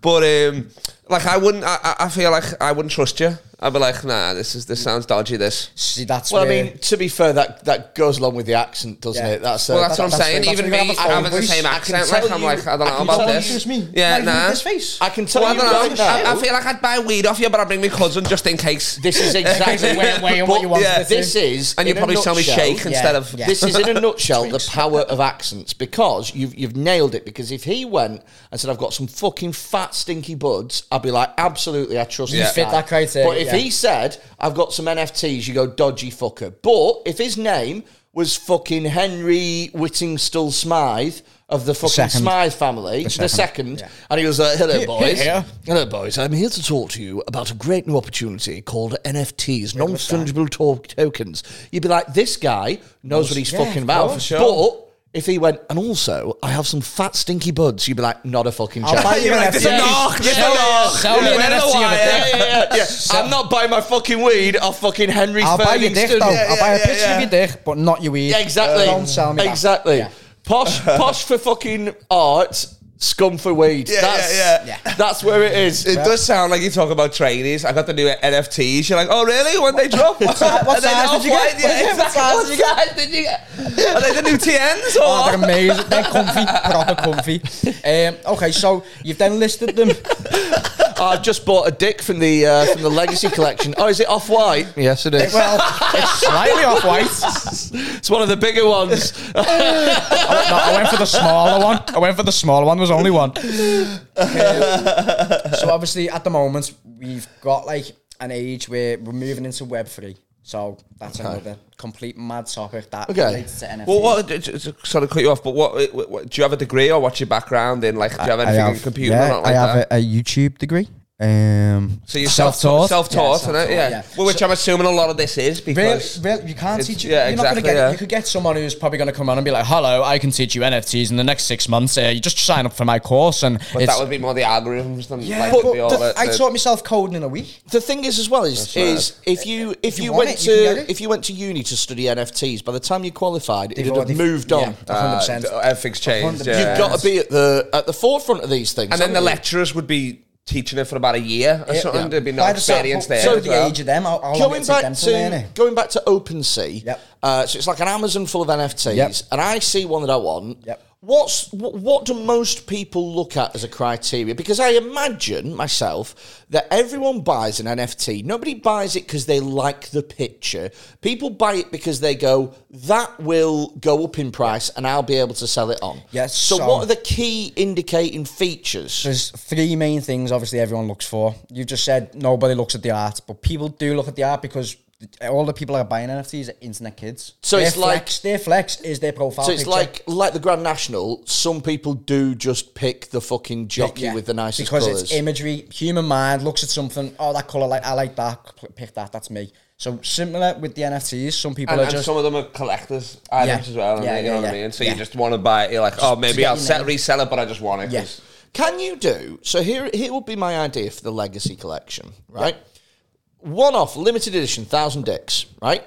But um, like I wouldn't, I, I- I feel like I wouldn't trust you. I'd be like, nah, this is this sounds dodgy. This. See, that's Well, I where- mean, to be fair, that, that goes along with the accent, doesn't Yeah. it? That's uh, Well, that's, what I'm that's saying. what- that's Even what me you have a having the voice. same I accent, can like tell I'm you- like, I don't I know can about tell you this. it's me. Yeah, Not even nah. with this face. I can tell Well, I you right don't know. I, now. I feel like I'd buy weed off you, but I'd bring me cousin just in case. This is exactly Wait, wait, But what you want yeah, to This is, and you in a probably sell me nutshell, shake instead of. yeah. This is in a nutshell the power of accents because you've you've nailed it. Because if he went and said, "I've got some fucking fat stinky buds," I'd be like, "Absolutely, I trust you." fit that criteria, But if yeah. he said, "I've got some NFTs," you go, "Dodgy fucker." But if his name was fucking Henry Whittingstall Smythe of the fucking second. Smythe family, the second, yeah. and he was like, "Hello, boys." yeah. Hello, boys. I'm here to talk to you about a great new opportunity called NFTs, non fungible to- tokens. You'd be like, this guy knows what he's Yeah, fucking of about. course, sure. But if he went, and also, I have some fat, stinky buds, you'd be like, not a fucking I'll chance. buy you an It's a NFT. knock. It's a Sell it, knock. sell me an Where the NFT of it. wire? yeah, yeah, yeah, yeah. I'm not buying my fucking weed off fucking Henry's I'll buy your dick Furlington. though. Yeah, I'll buy a yeah, picture yeah. of your dick, but not your weed. yeah, exactly. Don't sell me that. Exactly. Yeah. Posh, posh for fucking art, scum for weed. Yeah, that's, yeah, yeah. that's where it is. It does sound like you talk about trainees. I got the new NFTs. You're like, oh really? When they drop? What what size did you get? Yeah, What exactly. size What did size did you get? Are they the new TNs or? Oh, what? they're amazing. They're comfy, proper comfy. Um, okay, so you've then listed them. I've just bought a dick from the uh, from the Legacy collection. Oh, is it off white? Yes, it is. Well, it's slightly off white. It's one of the bigger ones. No, I went for the smaller one. I went for the smaller one. There was only one. So obviously, at the moment, we've got like an age where we're moving into Web three. So that's another complete mad topic that Okay. relates to NFTs. Well, what? j- j- j- Sorry to cut you off, but what, what, what? Do you have a degree or what's your background in? Like, do you have anything in computing? or not like that? a, YouTube degree. Um, So you're self-taught, self-taught, yeah, it? self-taught, yeah. yeah. Well, which I'm assuming a lot of this is Really, because really, you can't It's- teach it. yeah, you're not exactly, gonna get. yeah. You could get someone who's Probably going to come on and be like, "Hello, I can teach you NFTs in the next six months. Uh, you just sign up for my course, and but it's that would be more the algorithms than Yeah, like but it'd be all the- the, I the- taught myself coding in a week. the thing is, as well, is right. is if you if you you, want went it, you can to get it. if you went to uni to study NFTs, by the time you qualified, it They've would have already- moved on. yeah. uh, 100%. everything's changed. 100%. You've Yeah. got to be at the at the forefront of these things. and then the haven't you? lecturers would be teaching it for about a year or something. There'd be no By the time- experience there. uh, So as the well. age of them, how, how long going it take them back to, learn to it? going back to OpenSea. Yep. Uh, so it's like an Amazon full of NFTs, Yep. and I see one that I want. Yep. What's what, what do most people look at as a criteria? Because I imagine myself that everyone buys an NFT. Nobody buys it because they like the picture. People buy it because they go, "That will go up in price, and I'll be able to sell it on." Yes, So, so- what are the key indicating features? There's three main things, obviously, everyone looks for. You just said nobody looks at the art, but people do look at the art because all the people that are buying NFTs are internet kids. So Their it's like- flex, their flex is their profile. So it's picture. like like the Grand National. Some people do just pick the fucking jockey Yeah. with the nicest because colours. it's imagery. Human mind looks at something. Oh, that color, like I like that. p- Pick that. That's me. So similar with the NFTs. Some people And, are and just some of them are collectors items Yeah. as well. Yeah, Yeah, you yeah, know what I yeah. mean. So Yeah. you just want to buy it. You're like, oh, maybe get I'll your set, name. resell it, but I just want it. Yeah. 'cause- Can you do so? Here, here would be my idea for the Legacy Collection, right? One off, limited edition, thousand dicks, right?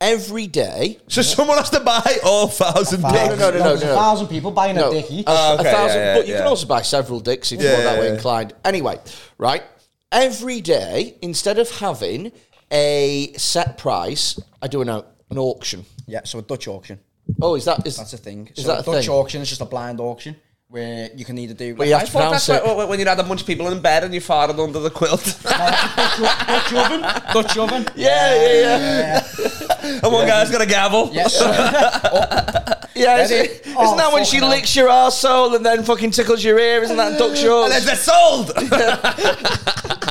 Every day, So someone has to buy all thousand Thousand- no, no, no, no, there's no. a thousand people buying No. uh, a dicky. Oh, okay, a thousand, yeah, yeah, but you can yeah. also buy several dicks if Yeah, you're that yeah, way yeah. inclined. Anyway, right? Every day, instead of having a set price, I do an, au- an auction. yeah. So a Dutch auction. Oh, is that is That's a thing. Is so that a a Dutch thing? auction is just a blind auction where you can either do. But you have I to thought pronounce that's it. like when you had a bunch of people in bed and you farted under the quilt. Dutch oven. Dutch oven. yeah, yeah, yeah. And one guy's got a gavel. Yeah, so- Yeah, That is is- it, oh, isn't that when fucking she hell. licks your arsehole and then fucking tickles your ear? Isn't that duck And then yours? they're sold.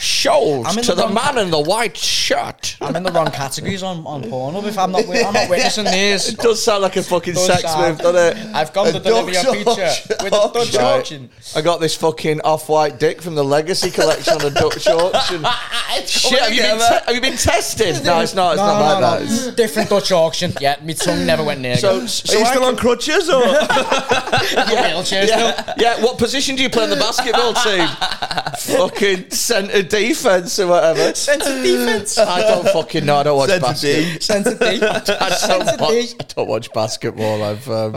Shows I'm in to the the wrong- man in the white shirt. I'm in the wrong categories on on Pornhub if I'm not wi- I'm not witnessing these. It does sound like a fucking Dutch sex sound. move, doesn't it? I've come to deliver your picture with a Dutch Right. auction. I got this fucking off-white dick from the Legacy collection on a Dutch auction. Shit, have you, been te- have you been tested? No, it's not. It's not like that. It's- different Dutch auction. Yeah, my tongue never went near. So, Are so you I still can- on crutches or? wheelchair still. yeah, yeah, what position do you play in the basketball team? fucking centre defence or whatever. Centre defence. I don't fucking know. I don't watch Centre basketball. Centre defence. I don't, Sensitive. watch, I don't watch basketball. I've um,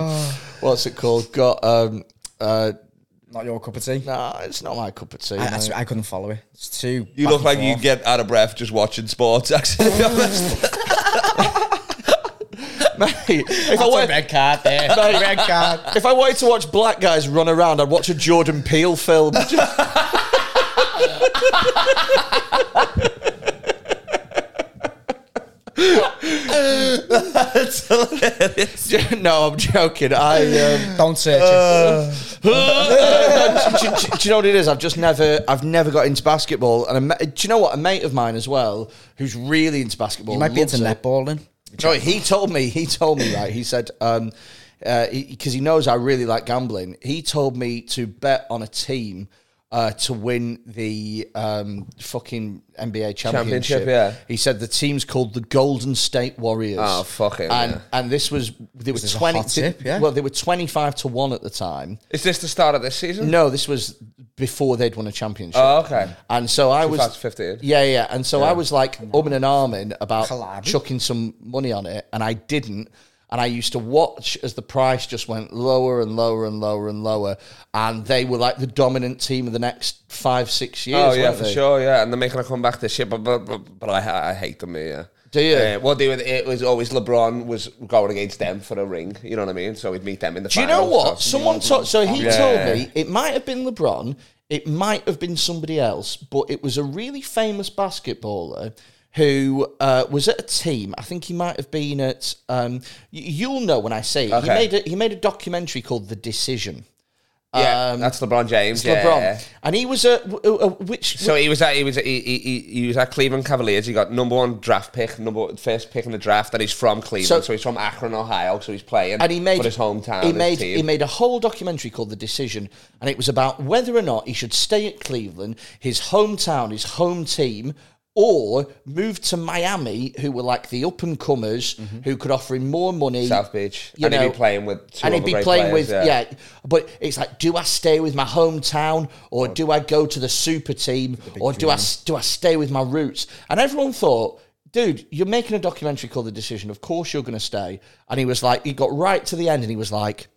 what's it called? Got um, uh, Not your cup of tea. Nah, it's not my cup of tea. I, mate. I, I couldn't follow it. It's too. You back look and like you forth. get out of breath just watching sports. Actually, to be honest. Mate, if I That's a went- red card there. red card. If I wanted to watch black guys run around, I'd watch a Jordan Peele film. no, I'm joking. I um, Don't search Oh, do, do- do you know what it is? I've just never, I've never got into basketball. And a, ma- do you know what? A mate of mine as well, who's really into basketball, it. You might be loves into it. netballing. No, he told me. He told me right. He said um, uh, he, 'cause he knows I really like gambling. He told me to bet on a team. Uh, to win the um, fucking NBA championship. Championship, yeah. He said the team's called the Golden State Warriors. Oh, fuck it, And yeah. and this was they were This is a twenty. hot tip, yeah. Well, they were twenty five to one at the time. Is this the start of this season? No, this was before they'd won a championship. Oh, okay. And so I was 2015. Yeah, yeah. And so I was like umming and arming about Collab. chucking some money on it, and I didn't. And I used to watch as the price just went lower and lower and lower and lower, and they were like the dominant team of the next five, six years. Oh yeah, weren't for they? sure. Yeah, and they're making a comeback this year, but but, but, but I I hate them. Yeah. Do you? Uh, well, they were, it was always LeBron was going against them for a ring. You know what I mean? So we'd meet them in the. Do you know final, what? so- Someone told. So he Yeah. told me it might have been LeBron, it might have been somebody else, but it was a really famous basketballer who uh, was at a team. I think he might have been at. Um, y- you'll know when I say it. He Okay. made a, he made a documentary called The Decision. yeah, that's Um, LeBron James. It's yeah. LeBron, and he was a, w- a- which. So he was at he was at, he, he, he he was at Cleveland Cavaliers. He got number one draft pick, number first pick in the draft, and he's from Cleveland, So- so, he's from Akron, Ohio. So he's playing and he made for his hometown. He his made team. he made a whole documentary called The Decision, and it was about whether or not he should stay at Cleveland, his hometown, his home team, or move to Miami, who were like the up and comers Mm-hmm. who could offer him more money. South Beach, you and he'd know, be playing with two and he'd other be great playing players, with yeah. but it's like do i stay with my hometown or do i go to the super team or do i do i stay with my roots and everyone thought dude you're making a documentary called the decision of course you're going to stay and he was like he got right to the end and he was like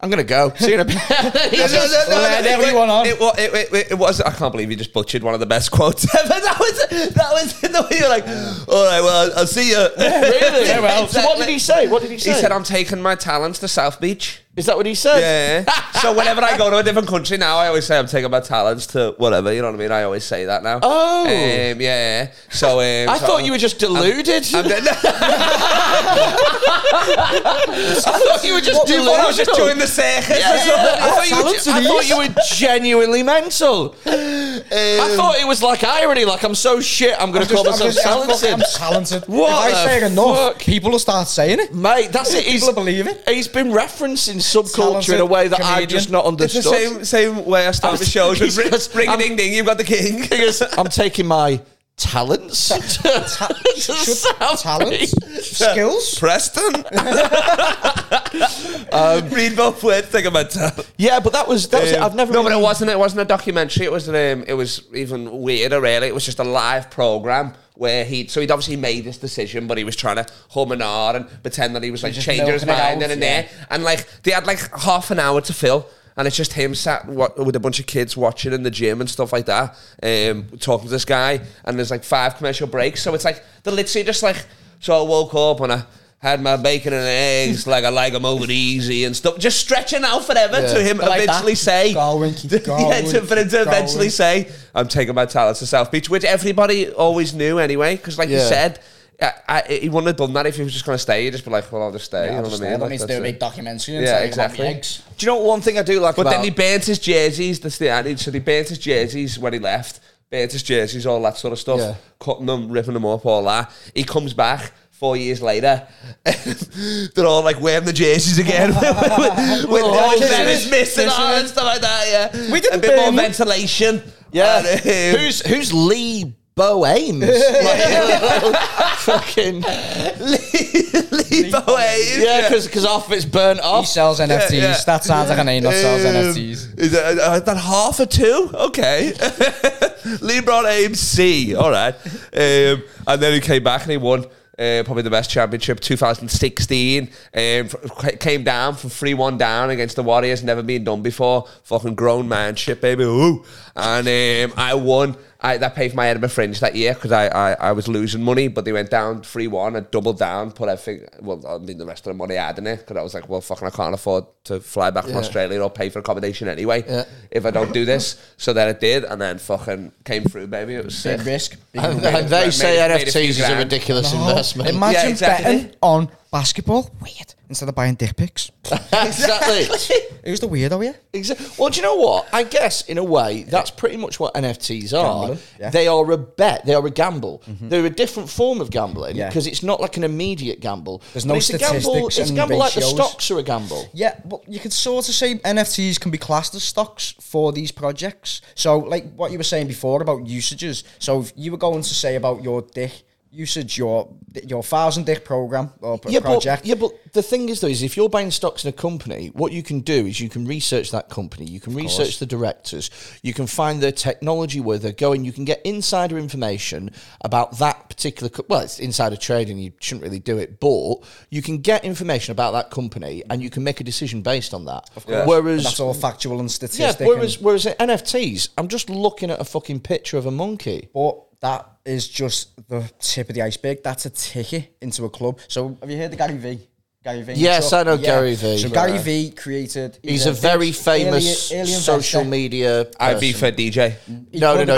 i'm going to go see you in a bit He just- Let everyone it, on. It, wa- it, it, it was. I can't believe you just butchered one of the best quotes ever. That was that was the way you're like, all right, well, I'll, I'll see you. really Yeah, well, so what did he say what did he say He said, "I'm taking my talents to South Beach." is that what he said Yeah. so whenever I go to a different country now, I always say I'm taking my talents to whatever. You know what I mean? I always say that now. Oh. Um, yeah, yeah. So um, I thought you were just deluded. i thought you were just Do you deluded. thought I was just doing the circus? or something? I thought you were I ju- thought you were genuinely mental. I thought it was like irony, like I'm so shit, I'm going to call I'm, myself just- I'm fucking- I'm talented. talented. What If I say it the enough, fuck? people will start saying it. Mate, that's it. He's, People will believe it. he's been referencing subculture in a Talented way that I comedian. just not It's the understood. same same way I start the shows with ring, Because ring I'm- ding ding. You've got the king. He goes, I'm taking my talents. to- to South Talent, Beach." skills. Preston. um, Read both words. Taking my talent. Yeah, but that was that was. it. I've never. Um, No, but it really- wasn't. It wasn't a documentary. It was. Um, it was even weirder. Really, it was just a live program where he. So he'd obviously made this decision, but he was trying to hum and ah and pretend that he was like just changing his milking it mind out, in and yeah. there. And like they had like half an hour to fill. And it's just him sat what, with a bunch of kids watching in the gym and stuff like that, um, talking to this guy. And there's like five commercial breaks. So it's like, they're literally just like, so I woke up and I had my bacon and eggs, like I like them over easy and stuff. Just stretching out forever to him I like that. eventually say, Galwin, keep yeah, Galwin, to, for them to keep eventually Galwin. say, I'm taking my talents to South Beach, which everybody always knew anyway, because like Yeah. you said, I, I, he wouldn't have done that if he was just going to stay. He'd just be like, well, I'll just stay. you know what I mean? That Like, means that's do a it. big documentary and Yeah, yeah, tell exactly. exactly. eggs. Do you know what one thing I do like But about? then he burnt his jerseys. That's the added. So he burnt his jerseys when he left. Burnt his jerseys, all that sort of stuff. Yeah. Cutting them, ripping them up, all that. He comes back four years later. they're all like wearing the jerseys again. with with, with Oh, the old kissing feathers it, missing on and stuff like that, yeah. We did A bit burn more them. ventilation. yeah, And, um, who's who's Lee Bo Ames? Like, fucking Lebo Hayes. yeah, because half of it's burnt He off. sells NFTs. That sounds like a name that sells Um, NFTs. Is that, uh, is that half a two? Okay. LeBron aimed C. All right. Um, and then he came back and he won. Um, uh, probably the best championship 2016. Um, f- came down from 3 1 down against the Warriors, never been done before. Fucking grown man shit, baby. Ooh. And um, I won. I, that paid for my Edinburgh Fringe that year because I, I, I was losing money, but they went down 3 1. I doubled down, put everything, well, I mean, the rest of the money I had in it because I was like, well, fucking, I can't afford to fly back from Yeah. Australia or pay for accommodation anyway Yeah. if I don't do this. So then I did, and then fucking came through, baby. It was sick. Big risk. Big And, risk. and they made- say made a few NFTs is a grand. ridiculous investment. Imagine Yeah, exactly. betting on basketball. Weird. Instead of buying dick pics. exactly. Who's the weirdo here? Exactly. Well, do you know what? I guess in a way that's pretty much what NFTs are. Gambling, yeah. Mm-hmm. They are a bet. They are a gamble. They're a different form of gambling Yeah. because it's not like an immediate gamble. There's But no it's a gamble. It's statistics a and gamble like the ratios. stocks are a gamble. Yeah, but you could sort of say NFTs can be classed as stocks for these projects. So, like what you were saying before about usages. So, if you were going to say about your dick usage, your your thousand dick program or p- Yeah, project. but yeah, but the thing is though is if you're buying stocks in a company, what you can do is you can research that company, you can research the directors, you can find their technology where they're going, you can get insider information about that particular. Co- well, it's insider trading, you shouldn't really do it, but you can get information about that company and you can make a decision based on that. Of course, and whereas that's all factual and yeah, statistic. whereas and- whereas at NFTs, I'm just looking at a fucking picture of a monkey. but that is just the tip of the iceberg. That's a ticket into a club. So, have you heard of Gary V? Gary V. Yes, I know Gary Vee. So Gary V created. He's a very famous alien social investor. media. I'd be person. for DJ. No, no, could no.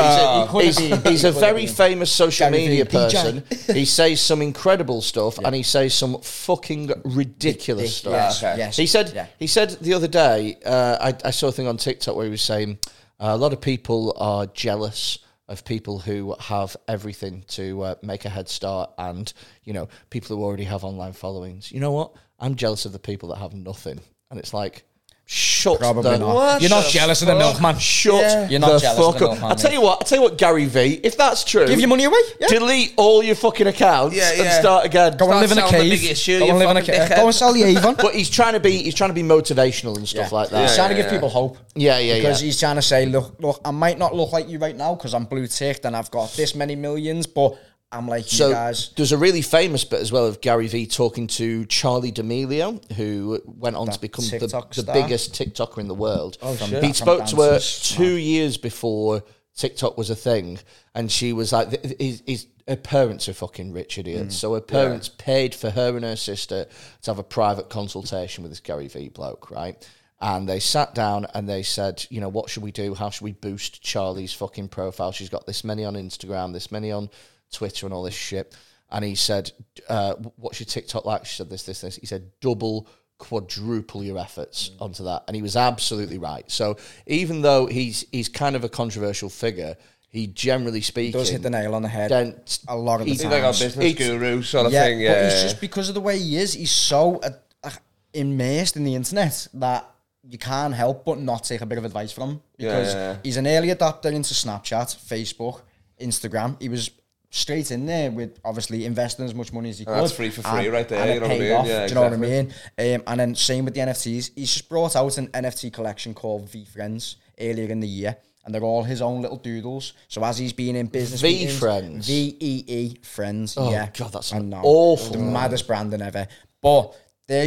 have He's been. a, He he's, could have been. he's He a could very have famous social Gary Vee, media DJ. person. he says some incredible stuff and he says some fucking ridiculous stuff. Yes, Yeah, okay. yes, He said yeah. he said the other day. Uh, I, I saw a thing on TikTok where he was saying uh, a lot of people are jealous of people who have everything to uh, make a head start, and you know people who already have online followings. You know what? I'm jealous of the people that have nothing, and it's like. Shut Probably the not. You're not jealous of the milkman. Shut You're not the jealous of fuck the up. milkman, I tell you what. I tell you what, Gary V. If that's true, Give your money away. Yeah. delete all your fucking accounts Yeah, yeah. and start again. Go Start and live in a selling the cave. big issue, go you and live in a fucking cave. dickhead. Go and sell the Avon. But he's trying to be he's trying to be motivational and stuff like He's that. trying to give yeah, people hope. Yeah, yeah, yeah. Because he's trying to say, look, look, I might not look like you right now because I'm blue ticked and I've got this many millions, but I'm like So you guys. there's a really famous bit as well of Gary Vee talking to Charlie D'Amelio, who went on to become the, TikTok the star. biggest TikToker in the world. Oh, shit. He From spoke to her dancers. two years before TikTok was a thing, and she was like, th- th- "His, his her parents are fucking rich Mm. idiots." So her parents paid for her and her sister to have a private consultation with this Gary Vee bloke, right? And they sat down and they said, you know, what should we do? How should we boost Charlie's fucking profile? She's got this many on Instagram, this many on Twitter, and all this shit. And he said, uh, what's your TikTok like? She said this, this, this. He said, double quadruple your efforts Mm. onto that and he was absolutely right so even though he's he's kind of a controversial figure he generally speaking Does hit the nail on the head don't a lot of the he's He's time. like a Times. business It's- guru sort of yeah, thing. Yeah. but it's just because of the way he is. He's so uh, uh, immersed in the internet that you can't help but not take a bit of advice from him because yeah, yeah. he's an early adopter into Snapchat, Facebook, Instagram. He was straight in there with obviously investing as much money as he could. that's free for free right there, and you it know what I paid mean? off, Yeah, do you know what I exactly. mean? Um, and then same with the NFTs. He's just brought out an NFT collection called V Friends earlier in the year. And they're all his own little doodles. So as he's been in business, V meetings- Friends? V E E friends. Oh, yeah, God, that's I an know. awful the name. maddest branding ever. But their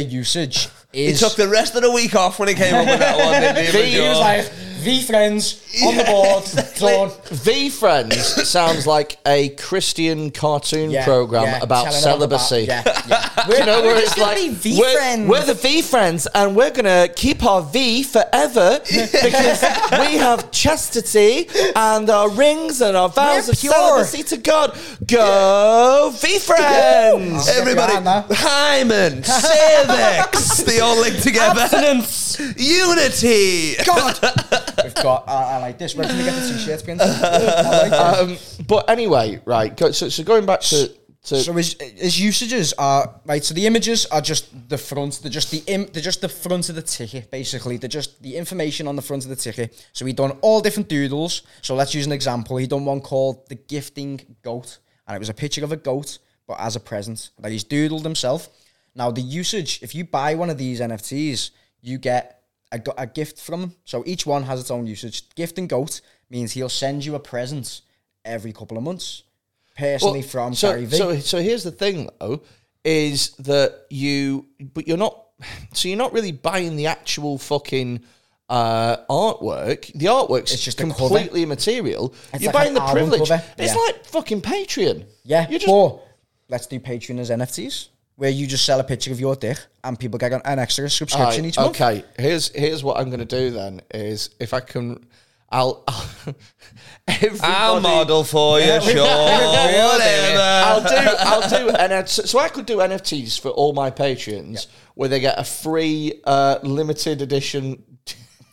usage he is. took the rest of the week off when he came up with that one. didn't he, He Major? was like V friends on the board. Done. V Friends sounds like a Christian cartoon yeah, program yeah, about telling them about- celibacy. yeah, yeah. You know, where it's just gonna like, be V we're, friends. we're the V friends and we're going to keep our V forever because we have chastity and our rings and our vows We're of pure. celibacy to God. Go V friends! Everybody, Yeah, man. Hyman, Cervix, they all link together. Unity. We've got. I, I like this. Where can we get the t-shirts? Prince? I like this. Um, but anyway, right, go, so, so going back to. to So his, his usages are right. So the images are just the front. They're just the Im, they're just the front of the ticket. Basically, they're just the information on the front of the ticket. So he done all different doodles. So let's use an example. He done one called the gifting goat, and it was a picture of a goat, but as a present that he's doodled himself. Now the usage, if you buy one of these NFTs, you get a, go- a gift from them. So each one has its own usage. Gifting goat means he'll send you a present every couple of months personally Well, from so, Gary Vee. So, so here's the thing though, is that you, but you're not, so you're not really buying the actual fucking uh, artwork. The artwork's It's just a cover. completely immaterial. It's you're like buying an the album privilege. cover. It's Yeah. like fucking Patreon. yeah, you just but let's do Patreon as NFTs, where you just sell a picture of your dick and people get an- an extra subscription Right, each month. Okay, here's here's what I'm going to do then is if I can, I'll, I'll everybody. I'll model for you, sure. I'll Whatever. do. I'll do. And I'd- so so I could do NFTs for all my patrons, where they get a free uh, limited edition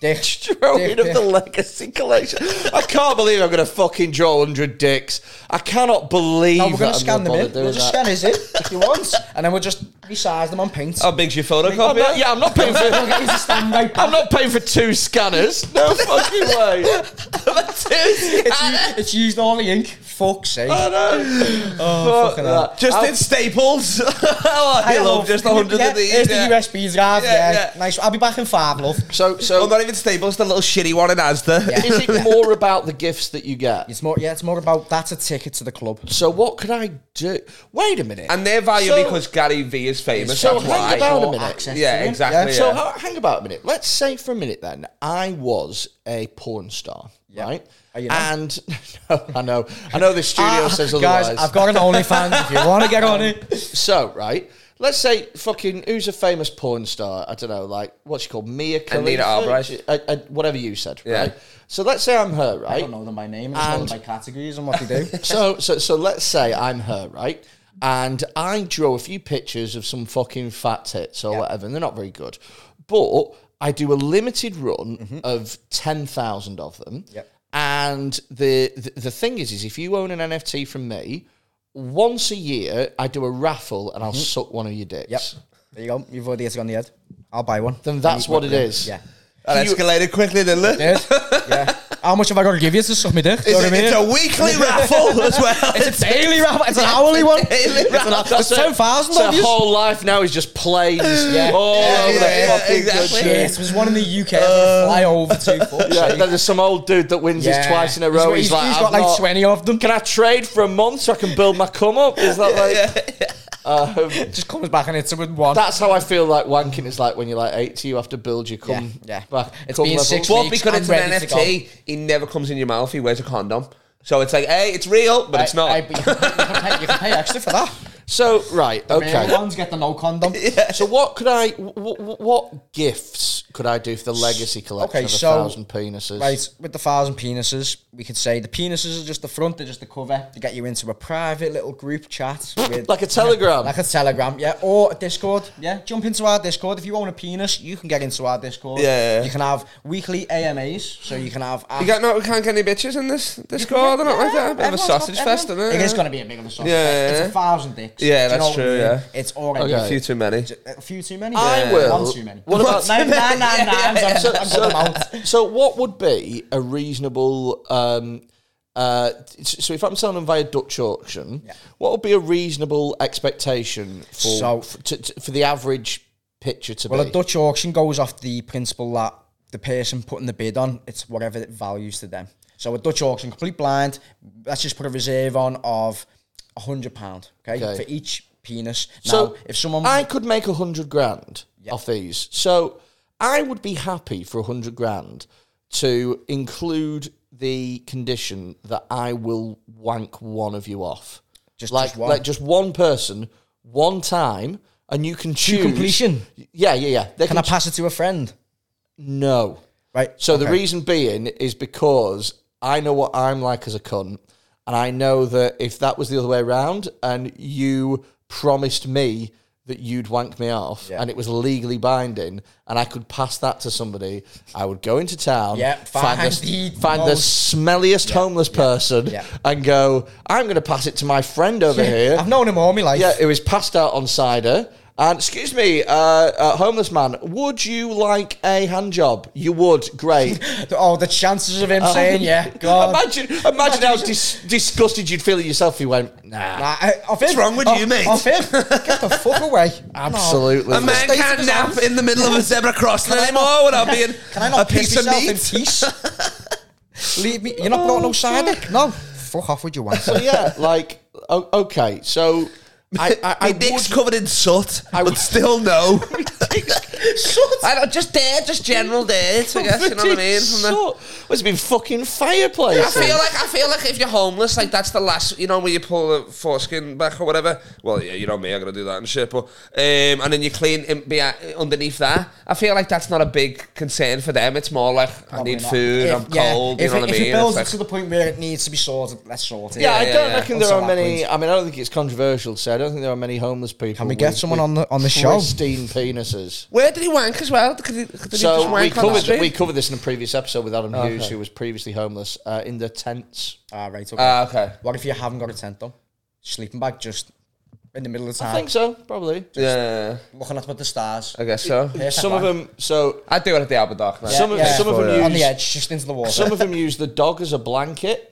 Dick, drawing dick, of the dick. Legacy collection. I can't believe I'm going to fucking draw hundred dicks. I cannot believe. No, we're going gonna to scan them in. Do We'll just that. scan his in if you want, and then we'll just resize them on paint. How big's your I'm not, photocopy? yeah, I'm not paying We'll get for. you to stand right back. I'm not paying for two scanners. No fucking way. It's, u- it's used only ink. Fuck's sake. I know. Fuck Oh, fucking hell. that. Just I'll- in Staples. oh, I, love, just a hundred yeah, of these. Here's yeah. the USB drive. Yeah, Yeah, yeah. nice. I'll be back in five, love. So, Oh, so not even Staples, the little shitty one in Asda. Yeah. is it more about the gifts that you get? It's more. Yeah, it's more about that's a ticket to the club. So, what could I do? Wait a minute. And their value So- because Gary Vee is famous. So that's hang why. about a Or minute. access Yeah, to them. exactly. So yeah. how, hang about a minute. Let's say for a minute then, I was a porn star, right? Are Uh, you now? and no, I know, I know the studio Ah, says guys, otherwise. I've got an OnlyFans if you want to get on it. so right, let's say fucking who's a famous porn star? I don't know, like what's she called, Mia Khalifa, Anita Albright. Uh, uh, whatever you said, Yeah. right? So let's say I'm her, right? I don't know them by name. I just know them by categories and what they do. so so so let's say I'm her, right? And I draw a few pictures of some fucking fat tits or whatever, and they're not very good. But I do a limited run of ten thousand of them. Yep. And the, the the thing is, is if you own an NFT from me, once a year I do a raffle and I'll suck one of your dicks. Yep. There you go. You've already hit it on the head. I'll buy one. Then that's what it is. Yeah. That you- escalated quickly, didn't it? Dude, yeah. How much have I got to give you to suck me dick? You know what I mean? It's a weekly raffle as well. It's a daily raffle. It's an hourly one. It's an hour- There's it. ten thousand So of her you. whole life now is just plays all Yeah, over yeah, the fucking exactly. country. Yes, there's one in the UK. I'm gonna fly over to. fuck's Um, Yeah, sake. then there's some old dude that wins this Yeah. twice in a He's row. got- He's, he's- like, he's "I'm got like not- 20 of them. Can I trade for a month so I can build my come up? Is that like? Um, just comes back and it's a one. that's how I feel like wanking is like when you're like 80, you have to build your cum Yeah, yeah. back. It's cum being level. six- But Snakes, because I'm it's an ready to NFT, he never comes in your mouth. He wears a condom. So it's like, hey, it's real, but it's not. I, but you, can pay, you can pay- you can pay extra for that. So right, Okay. okay. ones get the no condom. So what could I? What, what gifts could I do for the legacy collection Okay, of a so- thousand penises? Right, with the thousand penises, we could say the penises are just the front, they're just the cover to get you into a private little group chat with Like a telegram. like a telegram, yeah, or a Discord. Yeah, jump into our Discord. If you own a penis, you can get into our Discord. Yeah, yeah, yeah. You can have weekly AMAs, so you can have You got no, we can't get any bitches in this Discord and not like that. A bit of a Everyone's got- sausage fest, everyone- isn't it? It is going to be a bit of a sausage Yeah, fest. yeah, It's yeah. a thousand dicks. Yeah, Do you know that's what I true, mean? yeah. It's already Okay. A few too many. a few too many. I One will. too many. What about nine, nine, nine, nine? I'm- so, I'm so, putting them out. so what would be a reasonable um uh, t- so if I'm selling them via Dutch auction, what would be a reasonable expectation for So- f- to, to, for the average picture to Well, be? a Dutch auction goes off the principle that the person putting the bid on, it's whatever it values to them. So a Dutch auction, complete blind, let's just put a reserve on of a £100, okay, Okay. for each penis. so now, if someone... I could make a hundred grand off these, so I would be happy for a hundred grand to include the condition that I will wank one of you off. Just- like just one. like just one person, one time, and you can choose completion. Yeah, yeah, yeah. They can I can, pass it to a friend? no. Right. So the okay. reason being is because I know what I'm like as a cunt, and I know that if that was the other way around, and you promised me that you'd wank me off, and it was legally binding, and I could pass that to somebody, I would go into town, Yeah, find, find the, the find the smelliest homeless person, yeah. and go, I'm going to pass it to my friend over here. I've known him all my life. Yeah, it was passed out on cider. And excuse me, uh, uh, homeless man, would you like a hand job? You would, great. Oh, the chances of him saying, yeah, God. Imagine, imagine, how dis- disgusted you'd feel at yourself if you went, nah. Nah, I- off him. What's wrong with Off- you, mate? Off him. Get the fuck away. Absolutely. A man state of can't his nap house. in the middle of a zebra crossing I anymore not- without being Can I a not piss piece of myself in meat. peace? Leave me. You're not brought no side dick. No. Fuck off with your wank. yeah, like O- okay, so I, I, I My dick's would- covered in soot, but still no. I don't, just dirt, just general dirt. I guess you know what I mean. From the, Sort- It's been fucking fireplace. I feel like I feel like if you're homeless, like that's the last, you know, where you pull the foreskin back or whatever. Well, yeah, you know me, I gotta do that and shit. But um, and then you clean in, be uh, underneath that. I feel like that's not a big concern for them. It's more like I need not. food, I'm yeah, cold. If, you know it- what I if mean? it It's builds like- to the point where it needs to be sorted, let's sort it. yeah, I yeah, don't yeah. reckon there Until are that many. point. I mean, I don't think it's controversial. So I don't think there are many homeless people. Can we get with- someone with on the on the show? pristine penises? where did he wank as well? Could he, could he just So we wank on the covered street? we covered this in a previous episode with Adam Hughes, Oh, Okay. who was previously homeless uh, in the tents. Ah, right. Okay. Ah, okay. what if you haven't got a tent though? Sleeping bag just in the middle of the I time, think so, probably. Yeah, looking up at the stars. I guess so. Some of them. So I do it at the Alberdoc. man. some of yeah. some of Oh, yeah. them on the use edge, just into the water. some of them use the dog as a blanket.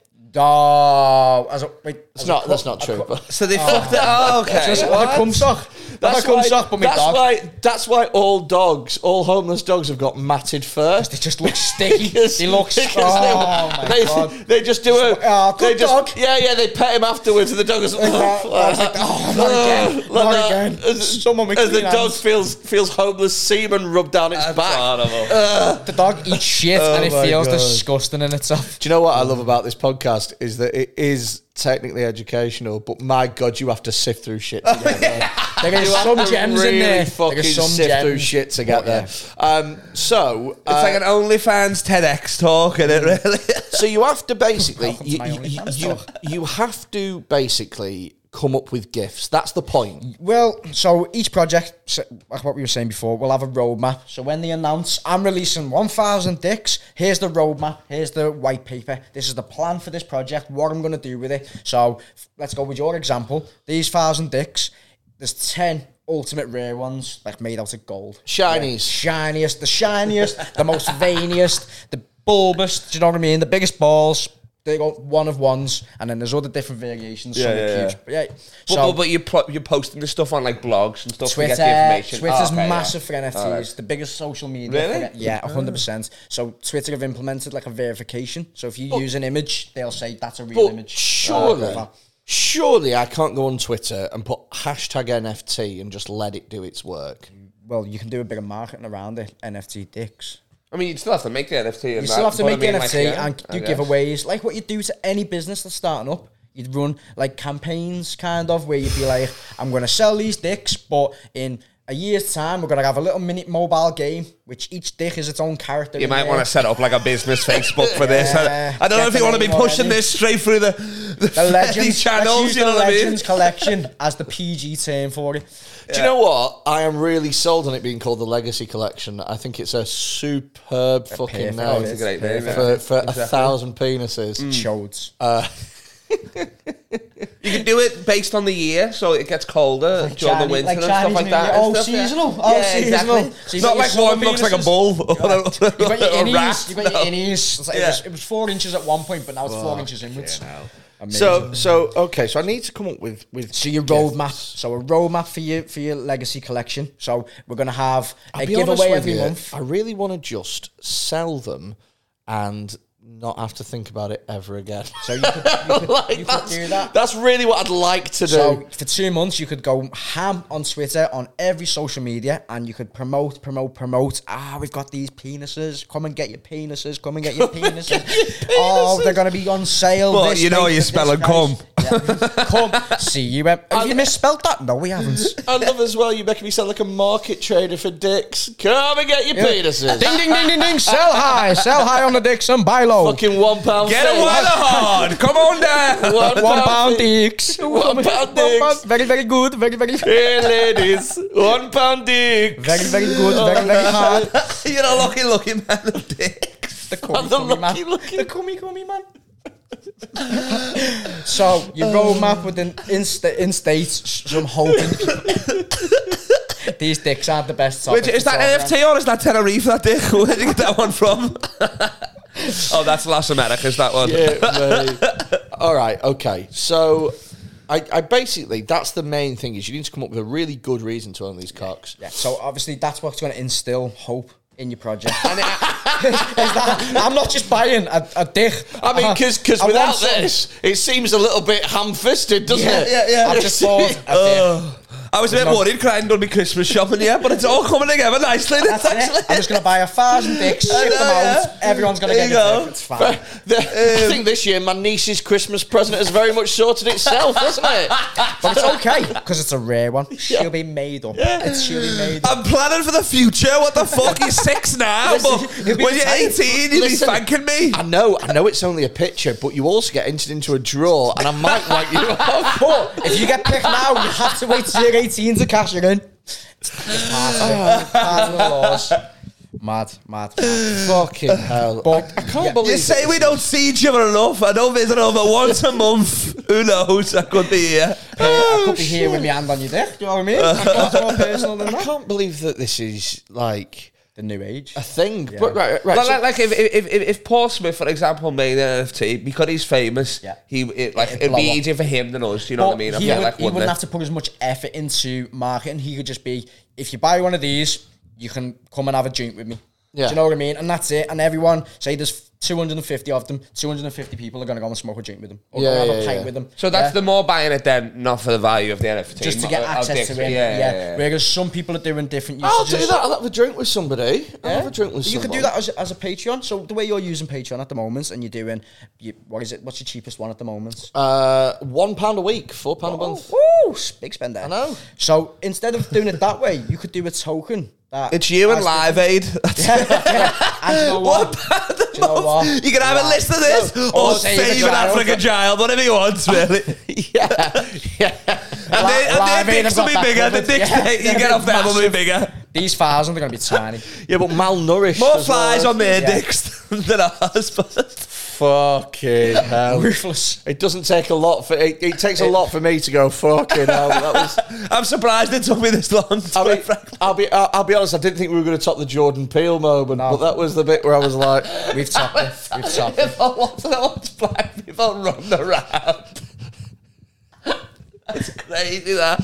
Oh, as a, wait, It's not. That's not true. But So they fucked it. Oh, okay. Just What? what? a cum sock. That's a cum sock, but my that's dog. why. That's why all dogs, all homeless dogs, have got matted fur. They just look sticky. Because- they look. because Oh my they, god. They, they just do a. "Ah, good they just, dog." Yeah, yeah. They pet him afterwards, and the dog is. that. I was like, "Oh, not again, Like not that. again. Someone with as the clean dog hands. feels feels homeless semen rubbed down its That's back. Uh, horrible. The dog eats shit and it my feels God. disgusting in itself. Do you know what I love about this podcast is that it is technically educational, but my god, you have to sift through shit. To get there. There is some gems really in there. Fucking There is some sift through gems. shit to get there. Um, so uh, It's like an OnlyFans TEDx talk, is it, really? so you have to basically Welcome to you, my you, only fans you, talk. you have to basically come up with gifts. That's the point. Well, so each project, so- like what we were saying before, will have a roadmap. So when they announce, I'm releasing 1,000 dicks, here's the roadmap, here's the white paper, this is the plan for this project, what I'm going to do with it. So f- let's go with your example. These 1,000 dicks, there's 10 ultimate rare ones, like made out of gold. Shinies. Shiniest, the shiniest, the most veiniest, the bulbous, do you know what I mean? The biggest balls. They go one of ones, and then there's other different variations. Yeah, some yeah, are yeah. cubes. But yeah. But, So, Oh, but, but you pro- you're posting this stuff on like blogs and stuff Twitter, to get the information. Twitter's Oh, okay, yeah. massive for NFTs, the biggest social media. Really? for it. yeah, hundred percent. So Twitter have implemented like a verification. So if you use an image, they'll say that's a real But image. surely, Uh, surely I can't go on Twitter and put hashtag NFT and just let it do its work. well, you can do a bit of marketing around it. NFT dicks. I mean, you'd still have to make the NFT. You still have to make the NFT and do giveaways, like what you do to any business that's starting up. You'd run like campaigns, kind of, where you'd be like, "I'm going to sell these dicks, but in." A year's time, we're gonna have a little mini mobile game, which each dick is its own character. You in might there. want to set up like a business Facebook for this. Yes, Yeah, I, I don't know if you want to be definitely pushing already. this straight through the, the, the legends channels, let's use you know the what I mean? legends collection as the PG term for it. Do you know what? I am really sold on it being called the Legacy Collection. I think it's a superb fucking perfect. name It's a great name, for, yeah. for, a thousand penises. Mm. Chodes. You can do it based on the year, so it gets colder during Chinese- the winter like and Chinese stuff like New that. Year. and Oh, stuff, yeah. seasonal. Oh, Yeah, exactly. seasonal. So you've Not got like your one summer looks like a penises. bull or a, You got your or a innies. rat. You got your innies. It's like it, Yeah. was, it was four inches at one point, but now it's four inches inwards. Amazing. So, so okay. So I need to come up with with. So your roadmap. So a roadmap for your for your legacy collection. So we're gonna have a I'll be honest giveaway with every you, month. I really want to just sell them and not have to think about it ever again. So you could, you could, Like, you could that's, do that. that's really what I'd like to do. So for two months, you could go ham on Twitter, on every social media, and you could promote, promote, promote. Ah, we've got these penises. Come and get your penises. Come and get your penises. Oh, they're going to be on sale. Well, this you know date you at this spell and price. Yeah. Come. See you. Oh, Em. Have you misspelled that? No, we haven't. I love as well. You making me sound like a market trader for dicks. Come and get your penises. ding, ding, ding, ding, ding. Sell high. Sell high on the dicks and buy low. Fucking one pound. Get a fee. weather hard. Come on down. One One pound fee. dicks. One pound dicks. Very, very good. Very, very, very, Hey ladies, one pound dick. very good. Very, very hard. You're a lucky, lucky man of dicks. The cummy, the cummy lucky man. looking- The cummy, cummy man. so your roadmap with an insta instates some hope. These dicks aren't the best. Which, is that NFT or is that Tenerife, that dick? Where did you get that one from? oh, that's Las Americas, that one. Yeah, mate. All right, okay. So, I, I basically that's the main thing is you need to come up with a really good reason to own these cocks. Yeah, so obviously that's what's going to instill hope in your project. And it- Is that- I'm not just buying a, a dick. Uh-huh. Uh-huh. I mean, because I want without some- this, it seems a little bit ham-fisted, doesn't it? I've just bought a dick. Oh, I was a bit worried because I hadn't done my Christmas shopping yet, but it's all coming together nicely. That's it. I'm just gonna buy a thousand dicks, ship them out. Everyone's gonna There get you a go. dick. It's fine. The- I think this year my niece's Christmas present has very much sorted itself, hasn't it? But it's okay because it's a rare one. She'll be made up. It's, she'll be made. up. I'm planning for the future. What the fuck? You're six now, Listen, but you'll be when you're retired. 18, you'll Listen. be thanking me. I know, I know it's only a picture, but you also get entered into a draw, and I might like you off. But if you get picked now, you have to wait till you're 18 to cash it in. It's part of it. Part of the laws. Mad, mad, mad. Fucking hell! But- I, I can't Yeah. believe You say we don't see each other enough. I don't visit over once a month. Who knows? I could be here. I could be here with my hand on your dick. Do you know what I mean? I've got more personal than I that. can't believe that this is like The new age. a thing. But right, right, Like, so- like, like if, if, if, if Paul Smith, for example, made an NFT because he's famous, Yeah. he it, like It'd it'd be blow up. easier for him than us. You know But what I mean? I he, feel would, like, he wouldn't wouldn't it? have to put as much effort into marketing. He could just be, if you buy one of these, you can come and have a drink with me. Yeah. Do you know what I mean? And that's it. And everyone, say there's 250 of them, 250 people are going to go and smoke a drink with them or go Yeah, and have yeah, a pint yeah. with them. So that's the Yeah. more buying it then, not for the value of the NFT, Just to not- get I'll access dick- to it. Yeah, yeah, yeah. Whereas some people are doing different usages. I'll do that. I'll have a drink with somebody. I'll have a drink with you somebody. could do that as, as a Patreon. So the way you're using Patreon at the moment, and you're doing, you, what is it? What's your cheapest one at the moment? Uh, one pound a week, four pound a month. Oh, woo, big spender. I know. So instead of doing it that way, you could do a token. That It's you and as- Live Aid. and you know what? Do you know what? You can have a list of this or Or save a save an child. African child, whatever you want, really. yeah, yeah. And they- Live and Aid their have dicks will be got that bigger. The covered. dicks Yeah. they- you get off them will be bigger. These thousand are going to be tiny. Yeah, but malnourished. More as well. flies on their Yeah. dicks than ours. but- Fucking hell. Ruthless. It doesn't take a lot for it, it takes a lot for me to go fucking hell. That was I'm surprised it took me this long. To I be mean, I'll be I'll, I'll be honest, I didn't think we were going to top the Jordan Peele moment, but that was the bit where I was like We've topped it. We've topped it. If I want to watch black people run around. That's crazy, that.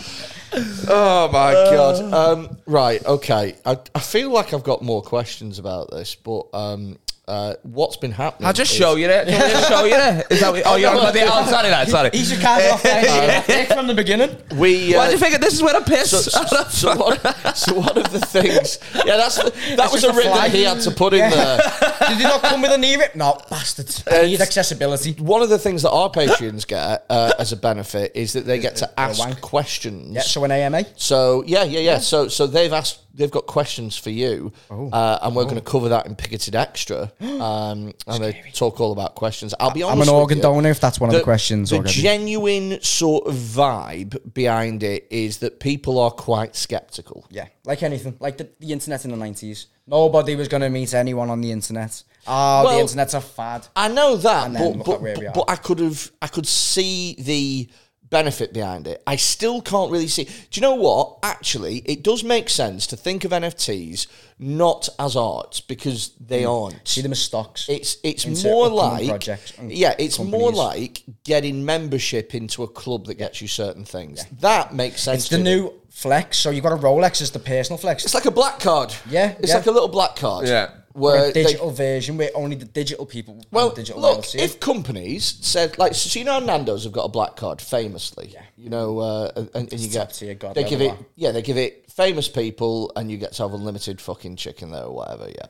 Oh my Uh. god! Um, right, okay. I, I feel like I've got more questions about this, but um, uh, what's been happening? I'll just show you that. Can I just show you that? Is that what, oh, you're on about the oh, sorry, lad, sorry. He's just kind of off there. Dick from the beginning. We. Why do Uh, you figure this is where I piss? so, one, so one of the things, yeah, that's that was just a a rip fly. that he had to put in there. Did he not come with an ear? No, bastards. I need accessibility. One of the things that our patrons get uh, as a benefit is that they get to ask wank. questions. Yeah, so an AMA. So yeah, yeah, yeah, So so they've asked, they've got questions for you, Oh. uh, and we're going to cover that in Picketed Extra, um, and they talk all about questions. I'll be honest. I'm an with organ you, donor if that's one of the questions. The already. genuine sort of vibe behind it is that people are quite skeptical. Yeah, like anything, like the, the internet in the nineties. Nobody was going to meet anyone on the internet. Oh, Well- the internet's a fad. I know that, And then but look but, at where we are. but I could have I could see the benefit behind it. I still can't really see. Do you know what? Actually, it does make sense to think of NFTs not as art because they aren't. Hmm. See them as stocks. It's it's into more upcoming like projects and yeah, it's more companies. like getting membership into a club that gets you certain things. That makes sense. it's the to me. new flex. So you got a Rolex as the personal flex. It's like a black card. Yeah, it's yeah. like a little black card. Yeah. where a they- digital version where only the digital people. and well, digital look, world see if it. companies said like, so you know, how Nando's have got a black card famously. You know, uh, and, and you top get tier, God they give it level that. yeah they give it famous people and you get to have unlimited fucking chicken there or whatever. Yeah,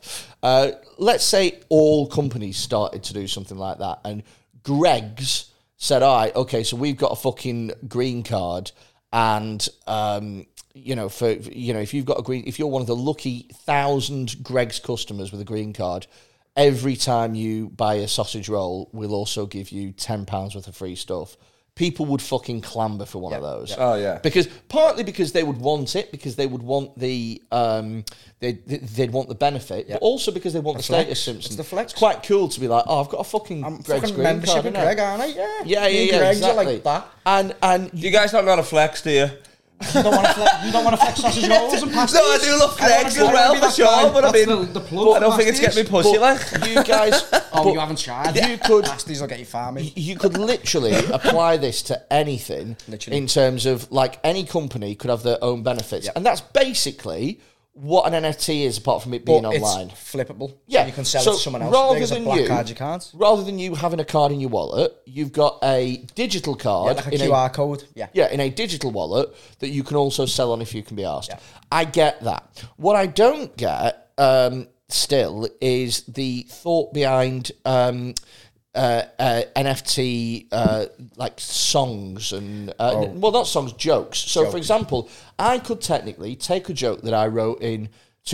uh, let's say all companies started to do something like that, and Greg's said, "All right, okay, so we've got a fucking green card, and um, you know, for you know, if you've got a green, if you're one of the lucky thousand Greg's customers with a green card." Every time you buy a sausage roll, we'll also give you ten pounds worth of free stuff. People would fucking clamber for one of those. Oh, yeah. Because partly because they would want it, because they would want the um, they'd, they'd want the benefit, but also because they want the, status flex. Simpson. It's the flex. It's quite cool to be like, oh, I've got a fucking I'm Greg's fucking green membership card, in innit?" Greg, aren't I? Yeah, Yeah, Me yeah, and yeah, Greg's are exactly. like that. And and You guys don't know how to flex, do you? You don't want to flex. You don't want to flex sausage rolls and pasties. No, I do love I flex don't wanna be- as I don't well, wanna be for that guy. sure. But I That's mean, the- the plug I don't for think it's getting me pussy but like. you guys, Oh, but you haven't tried. You could- Pasties will get you farming. you could literally apply this to anything Literally. in terms of like any company could have their own benefits, and that's basically what an NFT is apart from it But being online. it's flippable. Yeah, so you can sell it to someone else. rather There's a than black you- card you can't. Rather than you having a card in your wallet, you've got a digital card. Like a in QR code. Yeah. yeah, in a digital wallet that you can also sell on if you can be asked. I get that. What I don't get um, still is the thought behind um, uh, uh, NFT uh, like songs and uh, Oh. well, not songs, jokes. So, for example, I could technically take a joke that I wrote in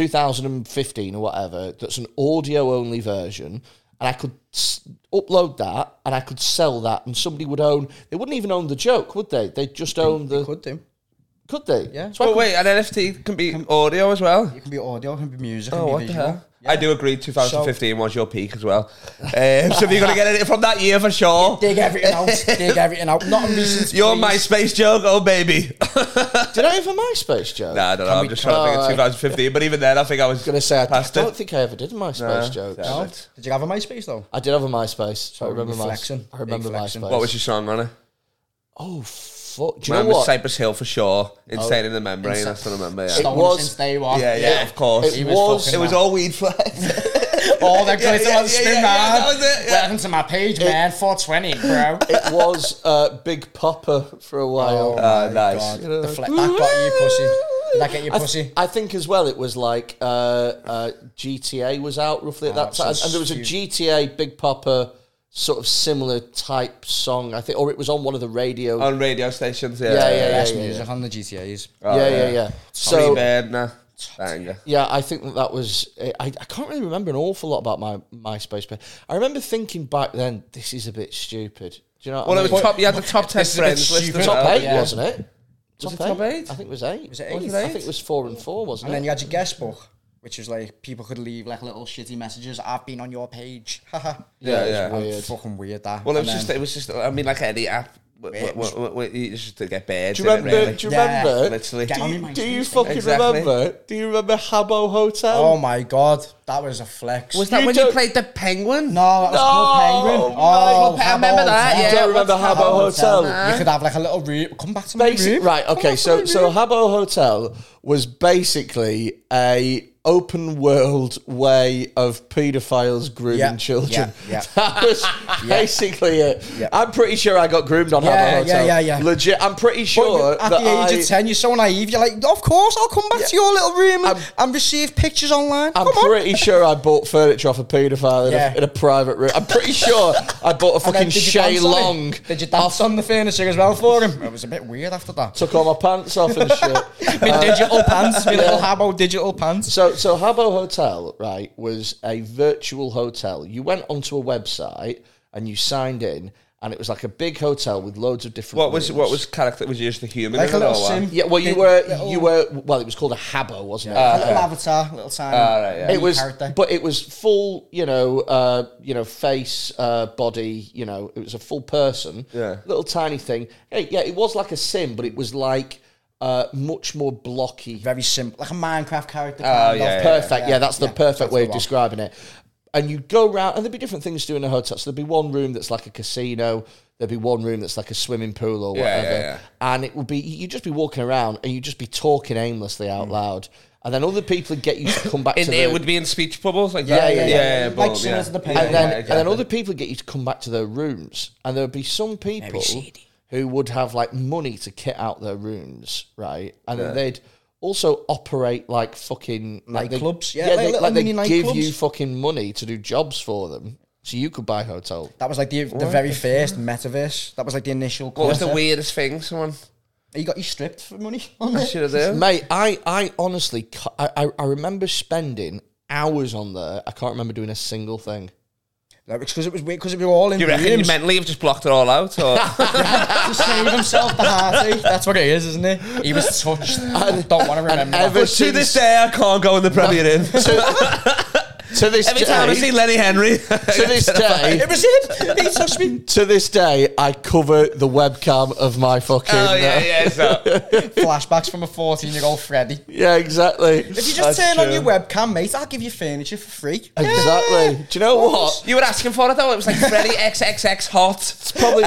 2015 or whatever that's an audio only version and I could s- upload that and I could sell that and somebody would own they wouldn't even own the joke would they they'd just own the could. Could do. they Yeah. so I But could- wait, an NFT can be audio as well. It can be audio, it can be music, it Oh, can what be the visual. hell? I do agree. 2015 was your peak as well. Um, so if you're gonna get it from that year for sure, Dig everything out. dig everything out. Not a recent. your please. MySpace joke, oh baby. did I have a MySpace joke Nah, I don't know. I'm just trying to think of Oh, 2015. But even then, I think I was gonna say I, I past it. don't think I ever did a MySpace joke No. Did you have a MySpace though? I did have a MySpace I you remember my flexing. I remember Big flexing. MySpace What was your song on it? oh fuck do you Mine know what Oh. was Cypress Hill for sure. Insane in the membrane. I still remember. Yeah. It Stoner was- since day one. Yeah, yeah, of course. it It was was, fucking it was was all weed flags. All that glitter yeah, on yeah, spin yeah, man. that was it, yeah. Welcome to my page, man. 420, bro. it was uh, Big Popper for a while Ah, nice. The fleck that got you, pussy. Did that get you, I, th- pussy? I think as well it was like uh, uh, GTA was out roughly at that so time, and there was a GTA Big Popper sort of similar type song, I think, or it was on one of the radio. on radio stations. Yeah, yeah, yeah, yeah, yeah, Best yeah, yeah, music on the GTAs. yeah, yeah, Free So bird, nah. Banger. yeah, I think that that was. I, I can't really remember an awful lot about my MySpace, but I remember thinking back then, this is a bit stupid. Do you know? What Well, I it mean? was top. You had the top ten is a bit friends list. stupid. as top well. eight, yeah. wasn't it? Top, it top eight? I think it was eight. Was it eight? I think it was four and four, wasn't it? And then you had your guest book, which was like people could leave like little shitty messages. I've been on your page. Haha. Yeah, It yeah. was weird. Fucking weird that. Well, it And was just. then- It was just. I mean, like any app. w- w- w- w- You just to get birds. Do you remember? in it, really. Do you Yeah. remember? Literally. Get Do on you, in my do you face. fucking Exactly. remember? Do you remember Habbo Hotel? Oh my god, that was a flex. Was that You when you don't- played the penguin? No, that was Club Penguin. No, Oh, I remember Habbo that, Hotel. yeah. I don't remember what's Habbo Habbo Hotel. You could have like a little room. Come back to my Basic, room. right? Okay, so so Habbo Hotel was basically a open world way of paedophiles grooming Yeah, children. yeah, yeah. That was basically it. I'm pretty sure I got groomed on Yeah, Habbo yeah, Hotel. yeah, yeah. Legit. I'm pretty But you- sure at that the I, age of 10, you're so naive. You're like, of course, I'll come back to your little room and, I'm- and receive pictures online. I'm come on. pretty sure I bought furniture off a paedophile in, Yeah. a, in a private room. I'm pretty sure I bought a And then fucking did you Shay dance on it? Long. Did you dance on the furniture as well for him? It was a bit weird after that. Took all my pants off and shit. My digital pants, my little Habbo digital pants. So, so Habbo Hotel, right, was a virtual hotel. You went onto a website and you signed in, and it was like a big hotel with loads of different. What was rooms. what was character? Was you just the human? Like in a it or little what? sim. Yeah, well, you Big were little- you were well. It was called a Habbo, wasn't A it? Uh, little avatar, little tiny. It was, character. but it was full. You know, uh, you know, face, uh, body. You know, it was a full person. Yeah. little tiny thing. Hey, yeah, it was like a sim, but it was like uh, much more blocky. Very simple. Like a Minecraft Oh character. kind of. yeah. yeah. Perfect. Yeah, that's the yeah, perfect that's way the of one. describing it. And you go round, and there'd be different things to do in a hotel. So there'd be one room that's like a casino. There'd be one room that's like a swimming pool or Yeah, yeah, whatever. yeah. And it would be you'd just be walking around and you'd just be talking aimlessly out loud. And then other people would get you to come back Hmm. In to there the, would be in speech bubbles like Yeah, that. yeah, yeah. yeah, Like boom, similar yeah. to the Yeah, and then yeah, and then exactly. other people would get you to come back to their rooms, and there would be some people who would have like money to kit out their rooms, right? And then they'd also operate like fucking like they- Nightclubs, yeah, like they, little like they mini give you nightclubs. fucking money to do jobs for them, so you could buy hotel. That was like the, the very first metaverse. That was like the initial. What was the concept. weirdest thing someone He got you stripped for money. should have Oh. done? Mate, I I honestly ca- I I- I remember spending hours on there. I can't remember doing a single thing. No, because it was weird. Because it was all in You reckon you rooms. mentally have just blocked it all out? Or to save himself the heartache. That's what it is, isn't it? He was touched. I don't want to remember. ever that. since- to this day, I can't go in the Premier Inn. to, to this Every day, time I see Lenny Henry, to this day, It was him. He touched me. to this day, I cover the webcam of my fucking. oh yeah, uh, yeah. So Flashbacks from a 14 year old Freddy. yeah, exactly. If you just turn on your webcam, mate, I'll give you furniture for free. Exactly. Do you know what? you were asking for it though. It was like Freddy XXX hot. Uh, It's probably-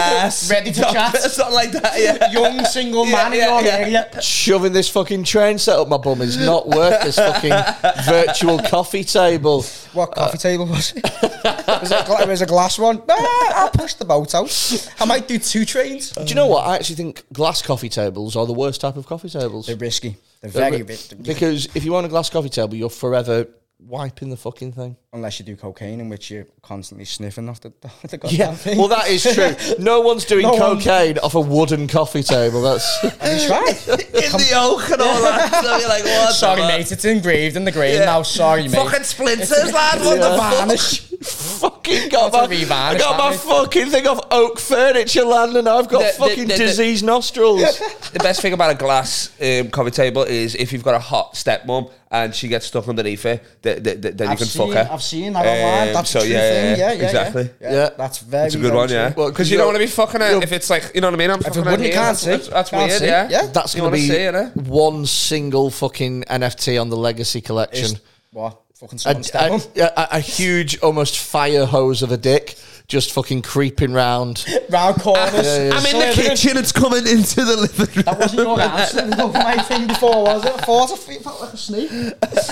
Ready to chat. Something like that. Yeah. Young single man yeah, in your yeah. area. Shoving this fucking train set up my bum is not worth this fucking virtual coffee table. What Uh, coffee table was it? was it, a gla- it was a glass one. Nah, I'll push the boat out. I might do two trains. Do you know what? I actually think glass coffee tables are the worst type of coffee tables. They're risky. They're They're very ri- risky. Because if you want a glass coffee table, you're forever wiping the fucking thing. Unless you do cocaine, in which you're constantly sniffing off the, the goddamn Yeah. thing. Well, that is true. No one's doing No one- cocaine off a wooden coffee table. That's Have you tried? in the oak and all that. So you're like, what? Sorry, the fuck? mate. It's engraved in the grave now. Sorry, mate. Fucking splinters, lad. What The the fuck? varnish. fucking got That's a my, revan, I got my isn't it? fucking thing off oak furniture land, and I've got The- the- fucking the- the- diseased nostrils. The best thing about a glass um, coffee table is if you've got a hot stepmom and she gets stuck underneath it, th- th- th- then I've you can seen, fuck her. I've seen that online. Um, That's so a true yeah, thing. yeah, Yeah, yeah, exactly. Yeah. Yeah. That's very. It's a good very one, yeah. true. Well, 'cause Because you you're- don't want to be fucking her if it's like, you know what I mean? I'm If it fucking her wouldn't, you here. can't see. That's, that's Can't weird, see. yeah. Yeah. That's You going to be wanna see it, eh? one single fucking NFT on the legacy It's- collection. What? Fucking A, someone step a, on. a- a huge, almost fire hose of a dick just fucking creeping round. Round corners. I'm in the kitchen, it's coming into the living room. That wasn't your answer. That was my thing before, was it? I thought I fe- felt like a snake.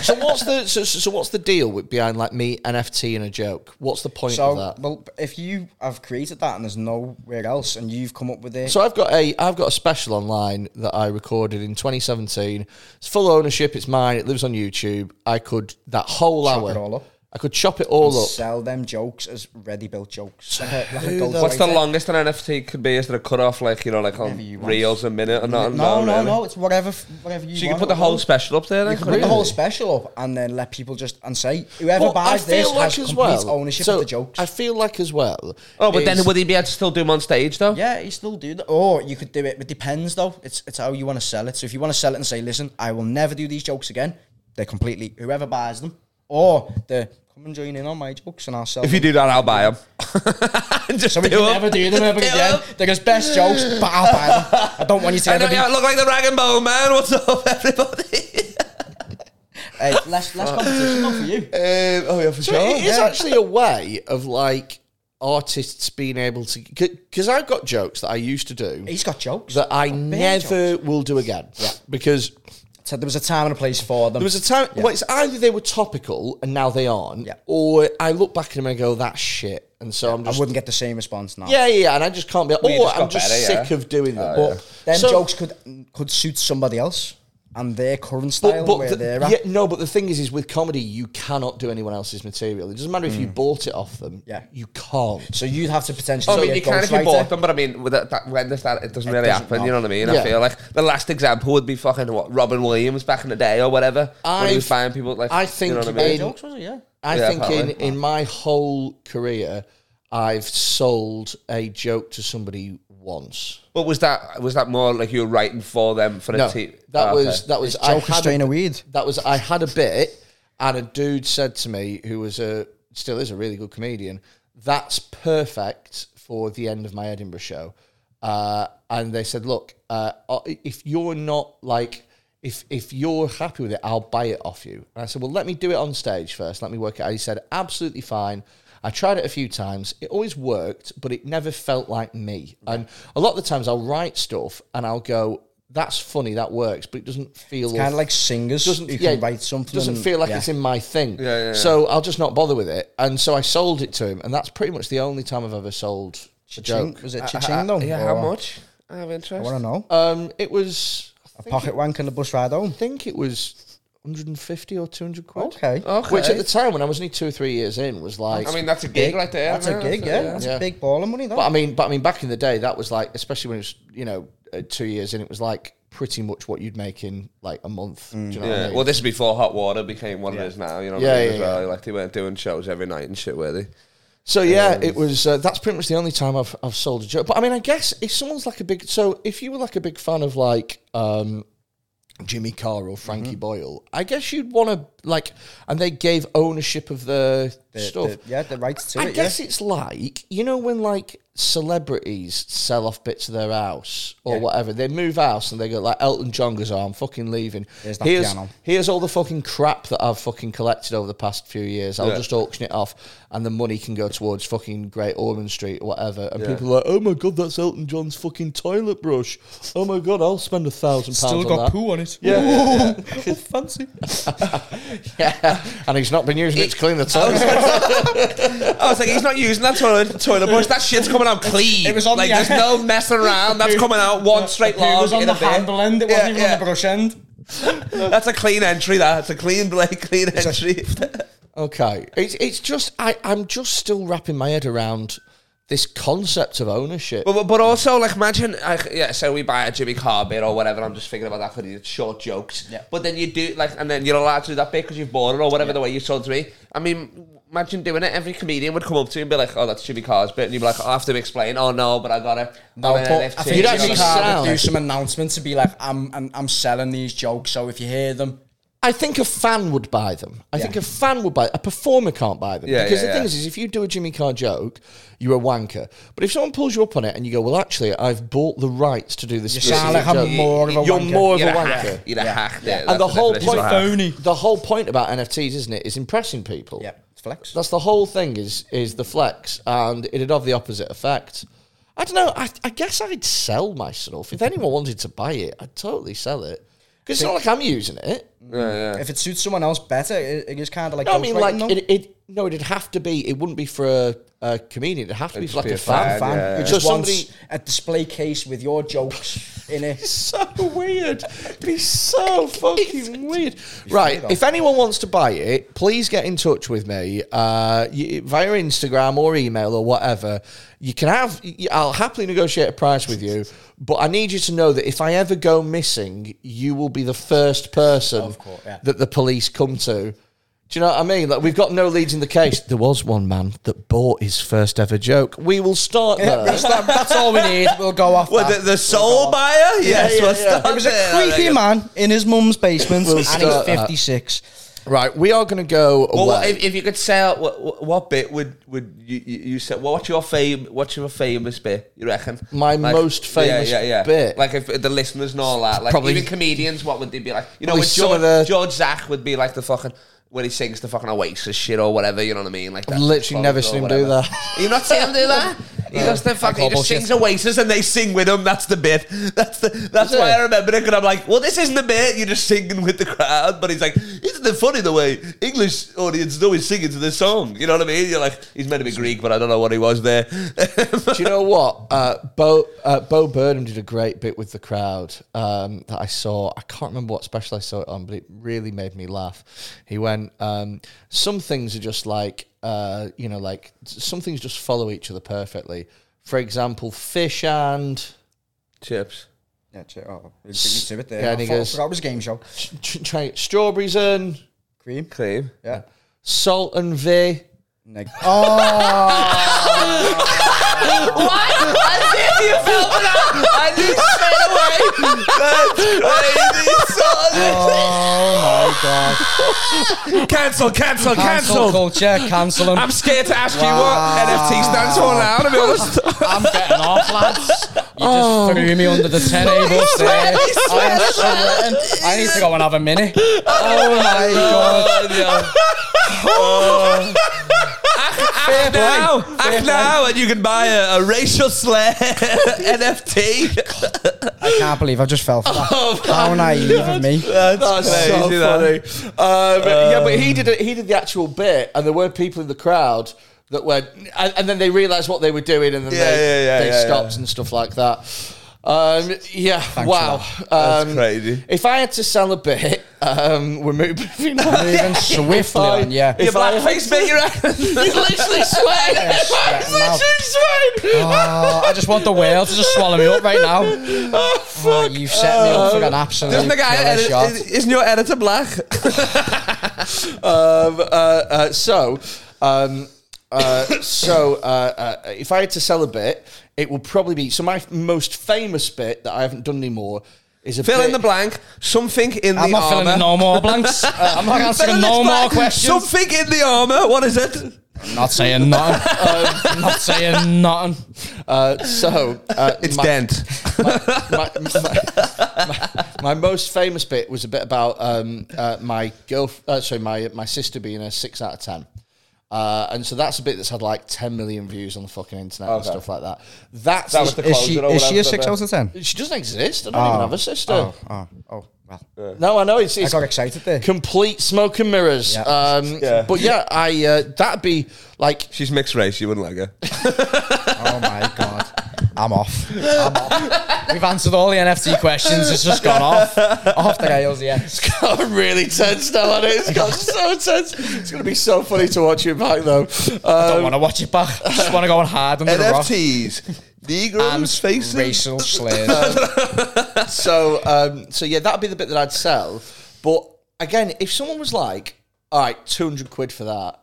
so what's the so, so so what's the deal with behind like me NFT and a joke? What's the point So, of that? well, if you have created that and there's nowhere else, and you've come up with it, So I've got a I've got a special online that I recorded in 2017. It's full ownership. It's mine. It lives on YouTube. I could that whole Chop hour. it all up. I could chop it all up. sell them jokes as ready-built jokes. Like a, like a Ghost What's the Rider. longest an NFT could be? Is there a cut off, like, you know, like on reels a minute or not? No, no, really. no. It's whatever, f- whatever you. So you want can put the it whole on. special up there then? You can couldn't put the you? whole special up and then let people just and say whoever But buys this has as complete well- ownership so of the jokes. I feel like as well. Oh, but then is- would he be able to still do them on stage, though? yeah, you still do that. Or you could do it. It depends, though. It's it's how you want to sell it. So if you want to sell it and say, "Listen, I will never do these jokes again," they're completely whoever buys them, or the come and join in on my jokes and I'll sell. If you them." do that, I'll buy them. Just so we do can 'em. never do them ever Do again. 'em. They're just best jokes, but I'll buy them. I don't want you to I know ever you be. look like the rag and bone man. What's up, everybody? Hey, less less competition not for you. Uh, oh yeah, for So it is actually a way of like artists being able to because I've got jokes that I used to do He's got jokes. that I bare never will do again because So there was a time and a place for them. There was a time. Well, it's either they were topical and now they aren't, Yeah. or I look back at them and I go, "That's shit," and so I'm I just wouldn't get the same response now. yeah, yeah, yeah, and I just can't be. Or just I'm got just better, yeah. sick of doing them. But them So- jokes could could suit somebody else and their current style But, and but where the- they're at. yeah, no, but the thing is, is with comedy, you cannot do anyone else's material. It doesn't matter if you bought it off them. Yeah. you can't. So you'd have to potentially. I mean, be a you can if you ghostwriter. bought them, but I mean, with that, that, when does that? It doesn't It really doesn't happen. know. You know what I mean? Yeah. I feel like the last example would be fucking what Robin Williams back in the day or whatever. when he was I've- buying people like I you know think what I mean? in- jokes, was it? Yeah. I Yeah, think in, apparently. in my whole career, I've sold a joke to somebody once. But was that was that more like you were writing for them for No, a team? that Oh, was okay. that was I Joke had is a- strain of weed. That was I had a bit, and a dude said to me, who was a still is a really good comedian, that's perfect for the end of my Edinburgh show. Uh, and they said, look, uh, uh, if you're not like, if if you're happy with it, I'll buy it off you. And I said, well, let me do it on stage first. Let me work it out. He said, absolutely fine. I tried it a few times. It always worked, but it never felt like me. And a lot of the times I'll write stuff and I'll go, that's funny, that works, but it doesn't feel Kind of like singers doesn't who yeah, can write something. doesn't and- feel like yeah. it's in my thing. Yeah, yeah, So I'll just not bother with it. And so I sold it to him, and that's pretty much the only time I've ever sold a Ching- joke. Uh, Was it Cha-Ching though? yeah. How Or- much? I have I interest. want to know. Um, it was I A think, pocket wank and a bus ride home. I think it was 150 or 200 quid. Okay. Okay. Which at the time when I was only two or three years in was like. I mean, that's a gig right there. That's a isn't it? gig, yeah. That's Yeah. a big ball of money, though. but I mean, but I mean, back in the day, that was like, especially when it was, you know, uh, two years in, it was like pretty much what you'd make in like a month. Do you know what I Yeah. mean? Well, this is before Hot Water became what it is now. You know, what Yeah, I mean, yeah, as well. yeah. Like they weren't doing shows every night and shit, were they? So yeah, it Um, was. Uh, that's pretty much the only time I've I've sold a joke. But I mean, I guess if someone's like a big, so if you were like a big fan of like um, Jimmy Carr or Frankie Mm-hmm. Boyle, I guess you'd want to like, and they gave ownership of their The- stuff. the- yeah, the rights to I it. guess yeah. it's like you know when like celebrities sell off bits of their house or whatever. They move house and they go like Elton John goes, "Oh, I'm fucking leaving. Here's that here's, piano." here's all the fucking crap that I've fucking collected over the past few years. I'll just auction it off, and the money can go towards fucking Great Ormond Street or whatever." And people are like, "Oh my god, that's Elton John's fucking toilet brush. Oh my god, I'll spend a thousand pounds Still on got that." poo on it. Yeah. Oh, fancy. yeah, and he's not been using it to clean the Oh, toilet. I was like, he's not using that toilet, toilet brush. That shit's coming out clean. It was on like, the- there's no messing around. That's coming out one straight Poo was line in on the a bit. handle end. It wasn't Yeah, even yeah. on the brush end. That's a clean entry. That. It's a clean, like, clean entry. Okay, it's it's just I I'm just still wrapping my head around this concept of ownership. But, but also, like, imagine, like, yeah, so we buy a Jimmy Carr bit or whatever. I'm just thinking about that because it's short jokes. Yeah. But then you do, like, and then you're allowed to do that bit because you've bought it or whatever the way you sold to me. I mean, imagine doing it. Every comedian would come up to you and be like, oh, that's Jimmy Carr's bit. And you'd be like, I have to explain. Oh, no, but I got it. No, on an but NFT. I think You'd Jimmy actually Carr would sound- do some announcement to be like, I'm, I'm I'm selling these jokes, so if you hear them, I think a fan would buy them. I think a fan would buy. A performer can't buy them Yeah, because yeah, the thing yeah. is, is if you do a Jimmy Carr joke, you're a wanker. But if someone pulls you up on it and you go, "Well, actually, I've bought the rights to do this," you specific sound like I'm joke," more of a you're wanker. more of You're a a wanker. hack. You're a hack. there. And That's the whole definition point, of a hack. the whole point about NFTs, isn't it, is impressing people. yeah, it's flex. That's the whole thing is is the flex, and it'd have the opposite effect. I don't know. I, I guess I'd sell my stuff if anyone wanted to buy it. I'd totally sell it because it's not like I'm using it. If it suits someone else better, it, it is kind of like. No, I mean ghostwriting, like though. it, it. No, it'd have to be. It wouldn't be for a, a comedian. It'd have to be for like be a, a fan. fan, fan yeah, who yeah. just So wants somebody- a display case with your jokes in it. So weird. It'd be so fucking weird. Right. If anyone wants to buy it, please get in touch with me uh, y- via Instagram or email or whatever. You can have. y- I'll happily negotiate a price with you, but I need you to know that if I ever go missing, you will be the first person course, yeah. that the police come to. Do you know what I mean? Like we've got no leads in the case. There was one man that bought his first ever joke. We will start there. That's, that- that's all we need. We'll go off. Well, that. the, the soul buyer? Yes, yeah, we'll yeah. start It was a there. creepy man in his mum's basement, We'll and he's start that. fifty-six. Right, we are going to go away. Well, what, if, if you could sell, what, what- what bit would would you you, you sell? Well, what's your fame? What's your famous bit? You reckon? My most famous bit? Like if the listeners know all that, like Probably- even comedians, what would they be like? You know, Probably with some George, of the- George Zach would be like the fucking when he sings the fucking Oasis shit or whatever. You know what I mean? Like I've literally never seen him do that. You not seen him do that? He does the fucking. He call just bullshit. sings Oasis and they sing with him. That's the bit. That's the. That's Is why it? I remember it. Because I'm like, well, this isn't the bit. You're just singing with the crowd. But he's like, isn't it funny the way English audience is always singing to this song? You know what I mean? You're like, he's meant to be Greek, but I don't know what he was there. Do you know what? Uh, Bo uh, Bo Burnham did a great bit with the crowd um, that I saw. I can't remember what special I saw it on, but it really made me laugh. He went, um, "Some things are just like uh, you know, like some things just follow each other perfectly. For example, fish and." Chips. Yeah, che- oh, you beat me to it there. Yeah, Yeah, and I he thought, I goes- forgot it was a game show. Tr- try strawberries and Cream. Cream. Yeah. salt and V. Neg- oh, I knew straight away. That's crazy. oh my god! Cancel, cancel, Cancel cancel. culture. Cancel him. I'm scared to ask you Wow. what NFT stands for now, to be honest. I'm getting off, lads. You just threw me under the tenables there. Oh, I am so written. Ah, I need to go and have a minute. Oh my god. Act now, act now, and you can buy a, a racial slur NFT. I can't believe I just Oh, fell for that. How naive of me. That's crazy, that. so funny. Um, yeah, but he did a, he did the actual bit, and there were people in the crowd that went, and, and then they realised what they were doing, and then Yeah, they, yeah, yeah, they yeah, stopped and stuff like that. Um, yeah, wow. Um, crazy. If I had to sell a bit, um, we're moving on. Moving swiftly I- on, yeah. Your If I- blackface bit, you're He's literally sweating. He's sweating now. literally sweating. Oh, I just want the whale to just swallow me up right now. Oh, Dus you've set me up for an absolute Isn't the guy? killer edit- shot. is- isn't your editor black? um, uh, uh, so, um, uh, so uh, uh, if I had to sell a bit, it will probably be so. My most famous bit that I haven't done anymore is a Fill in bit- the blank. Something in I'm the not filling armor. in no more blanks. Eh, I'm not Fill in answering this no more blank. questions. Something in the armor. What is it? Not saying nothing. Oh. Eh, I'm not saying nothing. Uh, so uh, It's my- dent. my, my, my- my most famous bit was a bit about um, uh, my girl, uh, sorry, my my sister being a six out of ten. Uh, and so that's a bit that's had like 10 million views on the fucking internet and Okay. stuff like that. That's That was the Is she, closer or is she whatever, a 6 but- out of 10? she doesn't exist. I don't even have a sister. Oh, oh, oh, well. No, I know it's, I it's got excited there. complete smoke and mirrors. Yeah. Um, Yeah. But yeah, I uh, that'd be like She's mixed race. You wouldn't like her. Oh my god. I'm off. I'm off. We've answered all the NFT questions. It's just gone off. off the rails, yeah. got really tense now on it. It's got so tense. It's gonna be so funny to watch it back though. I Um, don't want to watch it back. I just want to go on hard under the rock. NFTs. And Negroes, faces. racial slurs. so um, so yeah, that'd be the bit that I'd sell. But again, if someone was like, "All right, two hundred quid for that,"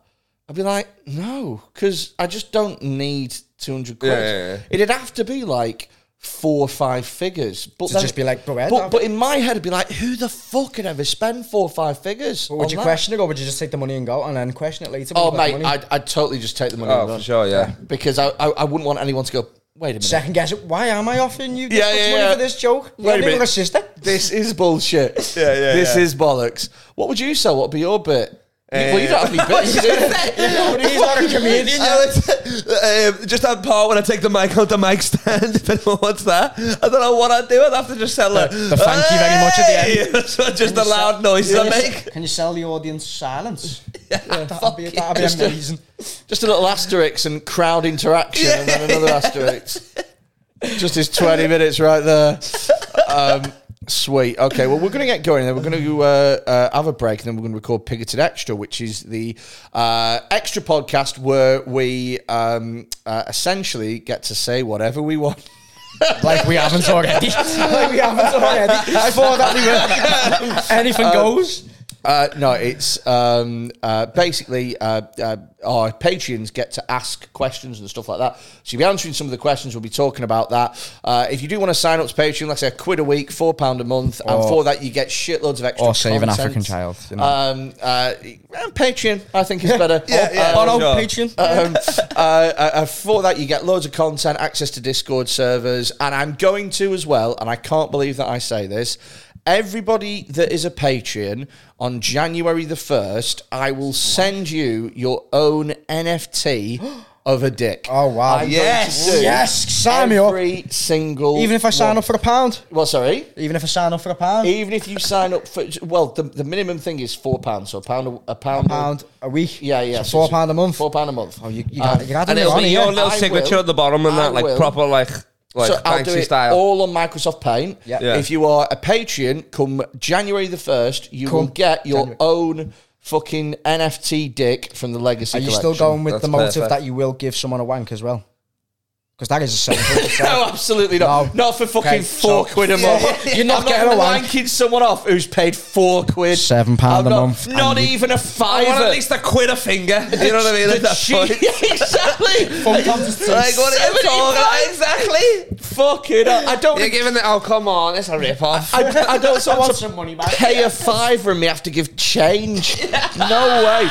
I'd be like, "No," because I just don't need two hundred quid. Yeah, yeah, yeah. It'd have to be like four or five figures. But To then- just be like, "Bro, Ed, but, I've- but in my head, it'd be like, "Who the fuck could ever spend four or five figures?" Would on you that? question it or would you just take the money and go and then question it later? when Oh you've got the mate, money? I'd, I'd totally just take the money and Oh, run. for sure. Yeah. because I, I I wouldn't want anyone to go. Wait a minute. Second guess it. Why am I offering you this Yeah, much yeah, money yeah. for this joke? Wait a You're minute. a sister. This is bullshit. Yeah, yeah, This yeah. Eh, is bollocks. What would you sell? What would be your bit? well, you don't have any bits. do you? He's not a comedian. Oh, it's- um, just that part when I take the mic out the mic stand, if anyone wants that. I don't know what I'd do. I'd have to just sell it. the thank you very much at the end. the end. so just the loud noises I make. Can you sell the audience silence? that'd, be, that'd be Just a- amazing. Just a little asterisk and crowd interaction, and then another asterisk. Just his twenty minutes right there. Um, sweet. Okay. Well, we're going to get going. Then we're going to uh, uh, have a break, and then we're going to record Pigoted Extra, which is the uh, extra podcast where we um, uh, essentially get to say whatever we want. Like we haven't already. Like we haven't already. I thought that we were. Anything Um, goes. Uh, no, it's um, uh, basically uh, uh, our patrons get to ask questions and stuff like that. So you'll be answering some of the questions. We'll be talking about that. Uh, if you do want to sign up to Patreon, let's say a quid a week, four pound a month, and Or- for that you get shitloads of extra. or save an content. African child, you know. Um, uh, and Patreon, I think, is better. Yeah, yeah. Um, Oh, no, Sure. Patreon. um, uh, uh, for that, you get loads of content, access to Discord servers, and I'm going to as well. And I can't believe that I say this. Everybody that is a Patreon on January the first, I will send you your own NFT of a dick. Oh, wow. I'm going to Yes. do yes, sign me up. Every single. Even if I sign one. up for a pound. Well, sorry. Even if I sign up for a pound. Even if you sign up for well, the, the minimum thing is four pounds, so a pound, a pound, a pound a week. Yeah, yeah, So four pound a month. four pound a month. Oh, you, you got you got And it it'll on be here. your little I signature will. at the bottom and I that, like will. proper, like, like so I'll do Banksy it style. all on Microsoft Paint. Yeah. Yeah. If you are a Patreon, come January the first, you will Come get your own fucking NFT dick from the Legacy. Are you collection. still going with That's the motive perfect. that you will give someone a wank as well? Because that is a simple. No, absolutely not. No. Not for fucking Okay, four so- quid a month. You're not I'm getting not a wank. wanking someone off who's paid four quid, Seven I'm pound a not- month, Not and you- even a I fiver. want at least a quid a finger. Do you know what I mean? At The that cheap- point. exactly. Like, what are you talking about? Exactly. Fucking, hell. I don't. You're think- giving the. Oh, come on. It's a rip off. I, I don't want to some money back. pay a fiver and we have to give change. No way.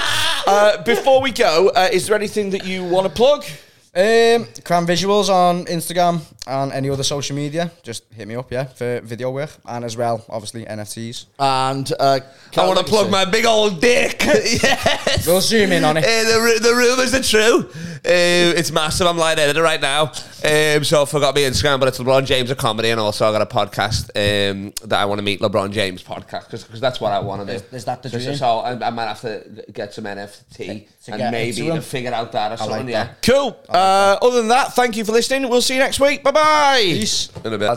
Uh, before we go, uh, is there anything that you want to plug? um, Cram Visuals on Instagram and any other social media. Just hit me up, yeah, for video work and as well, obviously NFTs. And uh, I want to plug my big old dick. yes. We'll zoom in on it. Uh, the, ru- the rumours are true. Uh, it's massive. I'm line editor right now. Um, so I forgot my Instagram, but it's LeBron James of comedy, and also I got a podcast um, that I want to meet LeBron James podcast because that's what I want to do. Is- is that the so, so- dream? So I, I might have to get some NFT to and get maybe into 'em. figure out that or something. like yeah, that. Cool. Uh, other than that, thank you for listening. We'll see you next week. Bye bye. Peace. in a bit.